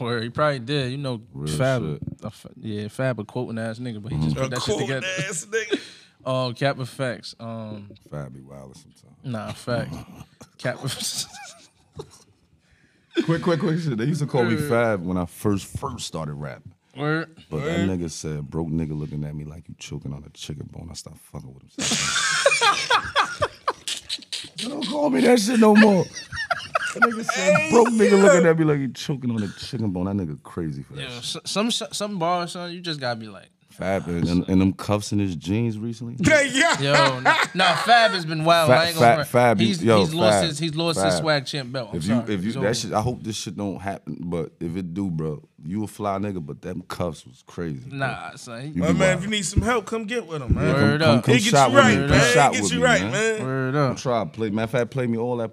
S2: Word. He probably did. You know,
S3: Real
S2: Fab.
S3: shit.
S2: uh, Fa- yeah, Fab a quoting ass nigga, but he just put
S1: A
S2: that shit
S1: cool
S2: together.
S1: ass nigga.
S2: Oh, cap effects. Um,
S3: Fab be wild sometimes.
S2: Nah, fact. Cap.
S3: Quick, quick, quick shit. They used to call me Fab when I first first started rapping.
S2: Word.
S3: But that nigga said, broke nigga looking at me like you choking on a chicken bone. I stopped fucking with him. So don't call me that shit no more. That nigga said, broke nigga looking at me like you choking on a chicken bone. That nigga crazy for that
S2: Yo,
S3: shit.
S2: s- some sh- some bars, son. You just gotta be like,
S3: Fab and, and, and them cuffs in his jeans recently.
S1: yeah.
S2: yo. nah, nah, Fab has been wild. I
S3: Fa-
S2: ain't gonna
S3: Fa-
S2: front.
S3: Fab, you-
S2: he's,
S3: yo,
S2: he's lost
S3: Fab,
S2: his he's lost his
S3: Fab.
S2: swag champ belt. I'm
S3: If you
S2: sorry.
S3: if you
S2: It's over.
S3: that shit, I hope this shit don't happen. But if it do, bro, you a fly nigga. But them cuffs was crazy. bro.
S2: nah, son.
S3: You
S2: He,
S1: My
S3: be
S1: man,
S3: wild.
S1: if you need some help, come get with him, man.
S2: Word.
S3: come, come,
S2: up.
S3: come
S1: He get you
S3: shot with
S1: right,
S3: me. Come
S1: man.
S3: shot
S1: He
S3: with
S1: get you
S3: me,
S1: right,
S3: man.
S1: man.
S2: word up.
S3: Try to play. Matter of fact, play me all that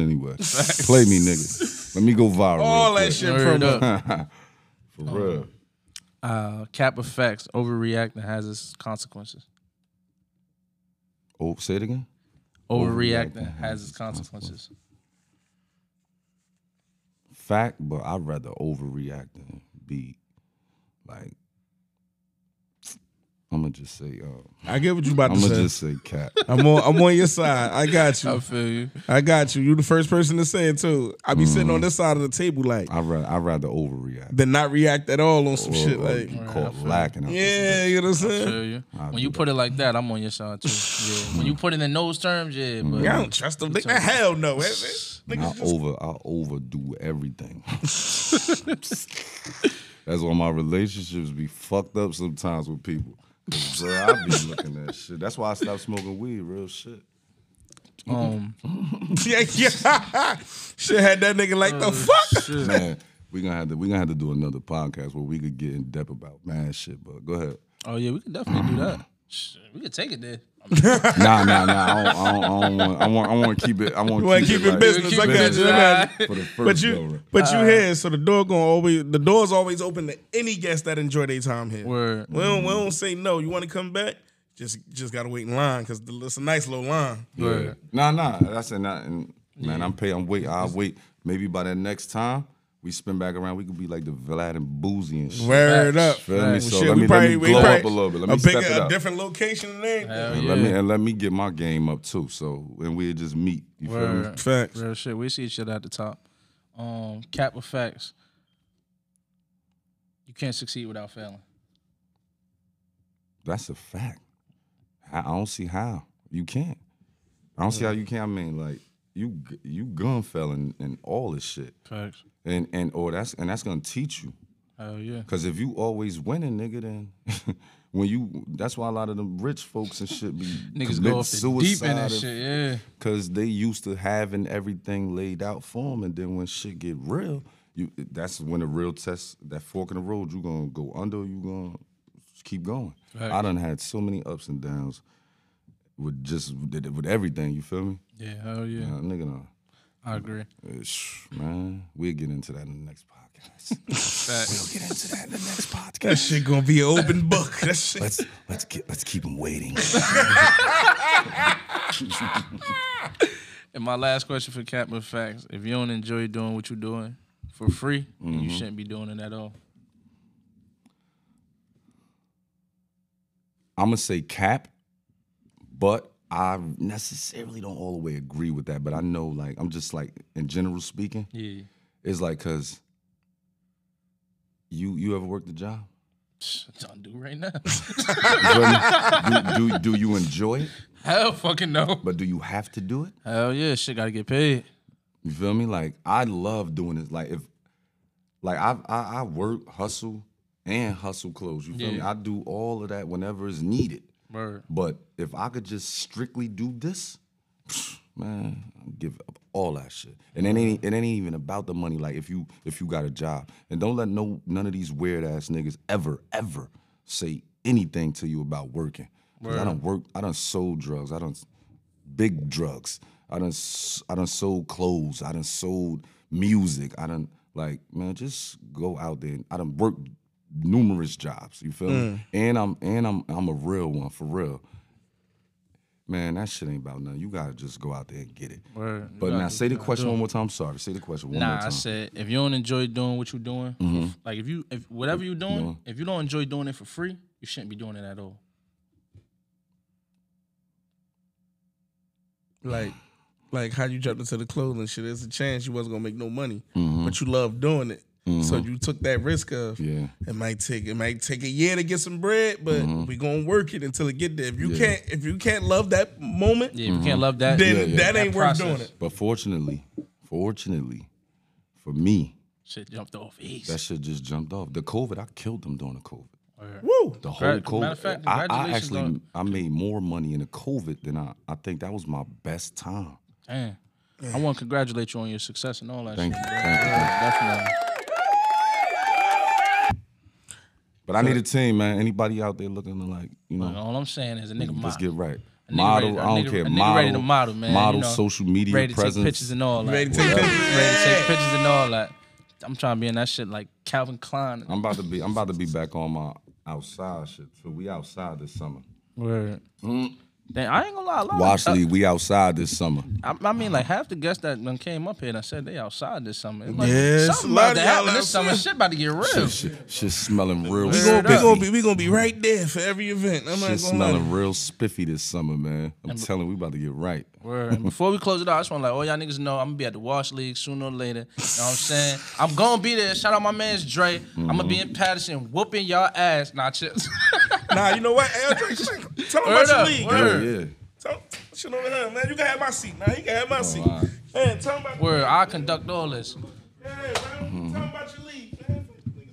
S3: anyway. play me, nigga. Let me go viral.
S1: All
S3: real
S1: that
S3: quick.
S1: shit
S2: Word
S1: from
S2: up.
S3: for real.
S2: Uh, cap effects overreacting has its consequences.
S3: Oh, say it again.
S2: Overreacting has its consequences.
S3: Fact, but I'd rather overreact than be like. I'm gonna just say. Uh,
S1: I get what you about
S3: I'm
S1: to
S3: gonna
S1: say.
S3: just say cat.
S1: I'm on. I'm on your side. I got
S2: I
S1: you.
S2: feel you.
S1: I got you. You the first person to say it too. I be sitting
S3: Mm-hmm.
S1: on this side of the table like,
S3: I rather I rather overreact.
S1: then not react at all on some
S3: Or-
S1: shit
S3: or
S1: like,
S3: be caught lacking. out this
S1: yeah, you know what I'm saying.
S2: Feel you. When you put it like that, I'm on your side too. Yeah. When you put it in those terms, yeah. But
S3: Mm-hmm.
S1: I don't trust them. Nigga, hell no. man. Niggas
S3: I
S1: just-
S3: over I overdo everything. That's why my relationships be fucked up sometimes with people. 'Cause, Bro, I be looking at shit. That's why I stopped smoking weed. Real shit.
S2: um,
S1: Yeah, yeah. Shit had that nigga like the fuck.
S3: Man, we gonna have to we gonna have to do another podcast where we could get in depth about mad shit. But go ahead.
S2: oh yeah, we could definitely do
S3: Mm-hmm.
S2: that. Shit, We could take it there.
S3: Nah, nah, nah. I don't, I don't, I don't want. I want. I want to keep it. I want
S1: wanna
S3: to
S1: keep it business, I got you, I got
S3: For the first
S1: But
S3: go
S1: you,
S3: round.
S1: but you here, so the door going always. The door's always open to any guest that enjoy their time here.
S2: Word.
S1: We don't, we don't say no. You want to come back? Just, just gotta wait in line because it's a nice little line.
S3: Yeah. Nah, nah. That's it. Nah, and, man, I'm paying. I'm wait. I'll wait. Maybe by the next time we spin back aund, we could be like the Vlad and Boozy and shit.
S1: Word
S2: Facts.
S1: up.
S3: Feel me?
S2: Well,
S3: So let me, let me glow up a little bit. Let me step
S1: bigger,
S3: it up.
S1: a different location and everything.
S2: Hell
S3: and
S2: yeah.
S3: let me and let me get my game up too. So and we just meet. You feel me?
S2: Word.
S1: Facts.
S2: Real shit. We see each other at the top. Um, cap with facts. You can't succeed without failing.
S3: That's a fact. I, I don't see how you can't. I don't see how you can't. I mean, like you g- you gun fell and, and all this shit,
S2: Facts.
S3: and and or that's and that's gonna teach you.
S2: Hell yeah.
S3: Cause if you always winning, nigga, then when you that's why a lot of them rich folks and shit be
S2: Niggas
S3: commit
S2: go off the deep
S3: suicide
S2: in that
S3: if-
S2: shit. Yeah.
S3: Cause they used to having everything laid out for them, and then when shit get real, you that's when the real test that fork in the road. You gonna go under, or you gonna keep going. I done had so many ups and downs with just with everything. You feel me?
S2: Yeah. Hell yeah.
S3: Nah, nigga, nah.
S2: I agree.
S3: Uh, shh, man, we'll get into that in the next podcast.
S2: Facts.
S3: we'll get into that in the next podcast.
S1: That shit gonna be an open book. That shit.
S3: Let's let's get, let's keep them waiting.
S2: And my last question for cap with facts: If you don't enjoy doing what you're doing for free, then you shouldn't be doing it at all.
S3: I'm gonna say cap, but I necessarily don't all the way agree with that. But I know, like, I'm just like, in general speaking,
S2: Yeah.
S3: it's like, cause you you ever worked a job?
S2: Psh, Don't do right now.
S3: You feel me? do, do do you enjoy it?
S2: Hell fucking no.
S3: But do you have to do it?
S2: Hell yeah. Shit gotta get paid.
S3: You feel me? Like I love doing this. Like if like I I, I work, hustle, and hustle clothes. You feel me? I do all of that whenever it's needed.
S2: Word.
S3: But if I could just strictly do this, man, I'll give up all that shit. And it ain't it ain't even about the money. Like if you if you got a job, and don't let no none of these weird ass niggas ever ever say anything to you about working. 'Cause I don't work. I don't sold drugs. I don't big drugs. I done s- I done sold clothes. I done sold music. I done like man, just go out there. and- I done worked numerous jobs. You feel
S2: Mm.
S3: me? And I'm and I'm I'm a real one for real. Man, that shit ain't about nothing. You gotta just go out there and get it.
S2: Word. You
S3: But
S2: gotta
S3: now
S2: do
S3: say
S2: what
S3: the
S2: you
S3: question one more time. I'm sorry. Say the question one more
S2: Nah, I
S3: time. Mm-hmm.
S2: said if you don't enjoy doing what you're doing, like if you if whatever you're doing, if you don't enjoy doing it for free, you shouldn't be doing it at all.
S1: like like how you jumped into the clothing shit. There's a chance you wasn't gonna make no money,
S3: Mm-hmm.
S1: but you love doing it. So you took that risk of
S3: Yeah. Mm-hmm.
S1: it might take it might take a year to get some bread, but we gonna work it until it get there. If you can't if you can't love that moment,
S2: Yeah, if you can't love Mm-hmm. that,
S1: then
S2: yeah, yeah.
S1: that ain't worth
S2: process.
S1: doing it.
S3: But fortunately, fortunately, for me,
S2: Shit jumped off east.
S3: that shit just jumped off. The COVID, I killed them during the COVID.
S1: Woo!
S3: The whole
S2: Right.
S3: COVID.
S2: Oh, Matter of fact,
S3: I, I
S2: congratulations
S3: actually
S2: on-
S3: I made more money in the COVID than I. I think that was my best time.
S2: Damn. I want to congratulate you on your success and all that
S3: Thank
S2: shit.
S3: you.
S2: bro.
S3: Thank you.
S2: Definitely.
S3: But I need a team, man. Anybody out there looking like you know?
S2: All I'm saying is a nigga model.
S3: Let's get right.
S2: A nigga
S3: Model,
S2: ready- a
S3: I don't
S2: nigga-
S3: care.
S2: a nigga
S3: model,
S2: ready to model, man. you
S3: Model,
S2: know.
S3: social media
S2: ready to
S3: presence.
S2: take pictures and all that.
S1: Ready to take pictures.
S2: Ready to take pictures and all that. I'm trying to be in that shit like Calvin Klein.
S3: I'm about to be. I'm about to be back on my outside shit. So we outside this summer.
S2: Word.
S3: Mm.
S2: Damn, I ain't gonna lie. a lot of-
S3: Washley, we outside this summer.
S2: I, I mean, like half the guests that done came up here and I said they outside this summer. It's Like,
S1: Yeah,
S2: something
S1: somebody
S2: about to happen
S1: y'all
S2: this summer.
S1: outside.
S2: Shit about to get real.
S3: Shit, shit smelling real.
S1: We gonna,
S2: Straight
S1: we
S2: up.
S1: gonna be we gonna be right there for every event. I'm not
S3: Shit
S1: gonna lie. to you.
S3: smelling real spiffy this summer, man. I'm telling you, we about to get right.
S2: Word. And before we close it out, I just want to let all y'all niggas know I'm gonna be at the Wash League sooner or later. You know what I'm saying? I'm gonna be there. Shout out my man's Dre. I'm gonna be in Patterson whooping y'all ass. Nah, chips.
S1: Nah, you know what? Hey, Andre, tell him
S2: Word
S1: about your
S2: up,
S1: league.
S2: word.
S1: man.
S3: Yeah,
S2: Sure.
S3: yeah.
S1: Tell shit over there, man. You can have my seat. Now nah, you can have my seat.
S3: wow.
S1: Man, tell him about
S2: Word. I conduct all this.
S1: Yeah, man. Tell him about your league, man.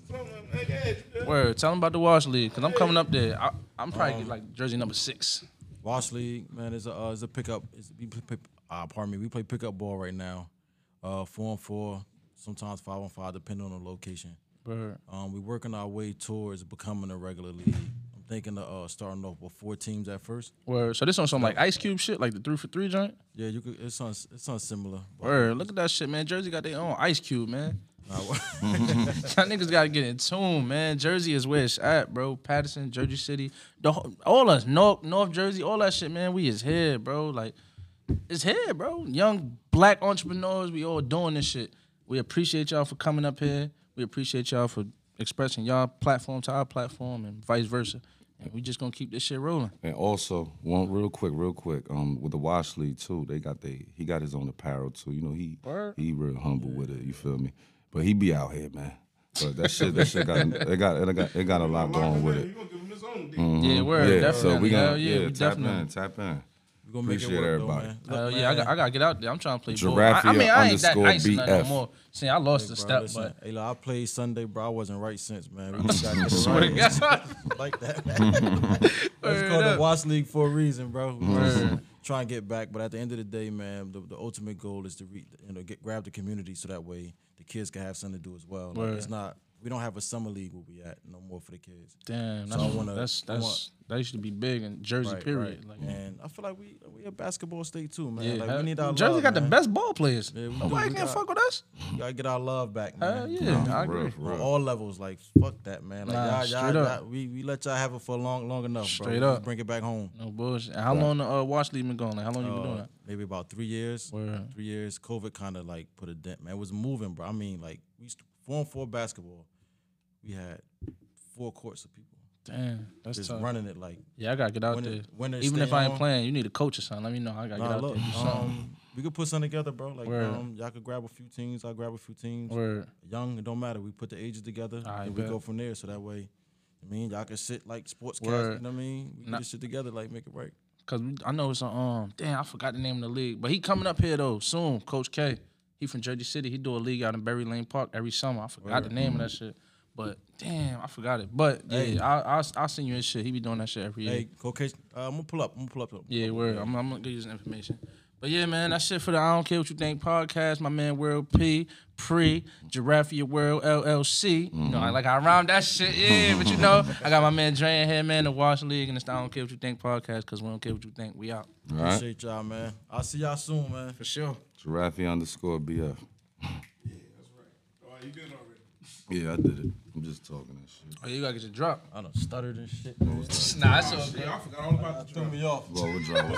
S1: Tell him, man. Yeah, yeah.
S2: Word. Tell them about the Wash League because I'm coming up there. I, I'm probably get, like jersey number six.
S5: Wash League, man, is a uh, is a pickup. Is we play, pick, uh, pardon me, we play pickup ball right now. Uh, four on four, sometimes five on five, depending on the location.
S2: Word.
S5: Um, we're working our way towards becoming a regular league. I'm thinking of uh, starting off with four teams at first.
S2: Word. So this on some like Ice Cube shit, like the three for three joint.
S5: Yeah, you could. It sounds it sounds similar. but
S2: Word. Look at that shit, man. Jersey got their own Ice Cube, man.
S5: nah,
S2: Y'all niggas gotta get in tune, man. Jersey is where it's at, bro. Patterson, Jersey City, the whole, all us North North Jersey, all that shit, man. We is here, bro. Like it's here, bro. Young black entrepreneurs, we all doing this shit. We appreciate y'all for coming up here. We appreciate y'all for expressing y'all platform to our platform and vice versa. And we just gonna keep this shit rolling.
S3: And also, one real quick, real quick, um, with the Wash League too, they got they he got his own apparel too. You know, he
S2: Word.
S3: he real humble with it. You feel me? But he be out here, man. But that shit, that shit got it got it got it got a lot going with
S1: You
S3: it.
S1: gonna give him his own dick.
S2: Yeah, word.
S3: Mm-hmm. yeah,
S2: definitely.
S3: so we
S2: Hell
S3: got
S2: yeah,
S3: yeah,
S2: we
S3: tap
S2: definitely.
S3: in, tap in.
S5: we're gonna make it
S3: Appreciate
S5: work,
S3: everybody.
S5: Though, man. Look,
S2: Hell yeah, I,
S5: man,
S2: got, I gotta get out there. I'm trying to play ball. I,
S3: Giraffia
S2: I mean, I ain't that
S3: underscore
S2: nice or nothing no
S3: BF.
S2: more. See, I lost the
S5: bro,
S2: step,
S5: listen,
S2: but
S5: Hey, look, I played Sunday, bro. I wasn't right since, man. We just gotta get it
S2: swear to
S5: right.
S2: God.
S5: like that. it's called the Watch League for a reason, bro. Trying to get back, but at the end of the day, man, the, the ultimate goal is to re, you know get grab the community so that way the kids can have something to do as well. Like,
S2: Word.
S5: it's not we don't have a summer league where we at no more for the kids.
S2: Damn,
S5: So
S2: that's,
S5: I wanna-
S2: that's
S5: I
S2: that's
S5: want-
S2: that used to be big in Jersey.
S5: Right,
S2: period.
S5: right.
S2: Like,
S5: And I feel like we we a basketball state too, man.
S2: yeah,
S5: like, we need our
S2: Jersey
S5: love,
S2: got the
S5: man.
S2: best ball players.
S5: Yeah, we do.
S2: Nobody
S5: We
S2: can
S5: got-
S2: fuck with us.
S5: We gotta get our love back, man.
S2: Hell yeah, I
S3: For
S2: agree.
S3: real, for
S5: On
S3: real.
S5: all levels, like fuck that, man. Like
S2: Nah,
S5: y'all, y'all,
S2: straight up.
S5: y'all- we we let y'all have it for long long enough, bro.
S2: Straight
S5: Let's
S2: up.
S5: bring it back home.
S2: No bullshit. And How long the uh, watch league been going? Like, how long you been doing
S5: uh,
S2: that?
S5: maybe about three years.
S2: Word.
S5: Three years. COVID kind of like put a dent, man. It was moving, bro. I mean, like we used to, four on four basketball. We had four courts of people
S2: Damn, that's
S5: just
S2: tough.
S5: running it. Like,
S2: Yeah, I gotta get out
S5: When it-
S2: there.
S5: when it
S2: Even if
S5: stay
S2: I ain't
S5: on.
S2: playing, you need a coach or something. Let me know. I gotta
S5: nah,
S2: get out
S5: look,
S2: there. and do something.
S5: um, we could put something together, bro. Like,
S2: Word.
S5: um, y'all could grab a few teams. I will grab a few teams.
S2: Word.
S5: Young, it don't matter. We put the ages together
S2: I
S5: and we
S2: bet.
S5: go from there. So that way, I mean, y'all can sit like sports cast. You know
S2: Word.
S5: what I mean? We
S2: Nah.
S5: get this shit together, like make it right.
S2: Cause we- I know it's a um. Damn, I forgot the name of the league, but he coming up here though soon. Coach K, he from Jersey City. He do a league out in Berry Lane Park every summer. I forgot the name of that shit, but damn, I forgot it. But yeah,
S5: Hey.
S2: I I I'll send you his shit. He be doing that shit every year.
S5: Hey, Caucasian, uh, I'm gonna pull up. I'm gonna pull up. I'm gonna
S2: Yeah,
S5: pull up.
S2: word. I'm, I'm gonna give you some information. But yeah, man, that's it for the I Don't Care What You Think podcast. My man World P, Pre, Giraffia World LLC. You
S5: Mm-hmm.
S2: know, I like I rhymed that shit. Yeah, but you know, I got my man Dre in here, man, the Wash League, and it's the I Don't Care What You Think podcast because we don't care what you think. We out.
S3: All right,
S5: Appreciate y'all, man. I'll see y'all soon, man.
S2: For sure.
S3: Giraffe underscore BF.
S1: Oh, you did already.
S3: Yeah, I did it. I'm just talking that shit.
S2: Oh, you gotta get your drop.
S5: I done stuttered and shit.
S2: Nah, that's all good.
S1: Yeah, I forgot all about the
S5: Threw me off.
S3: Well, we're driving.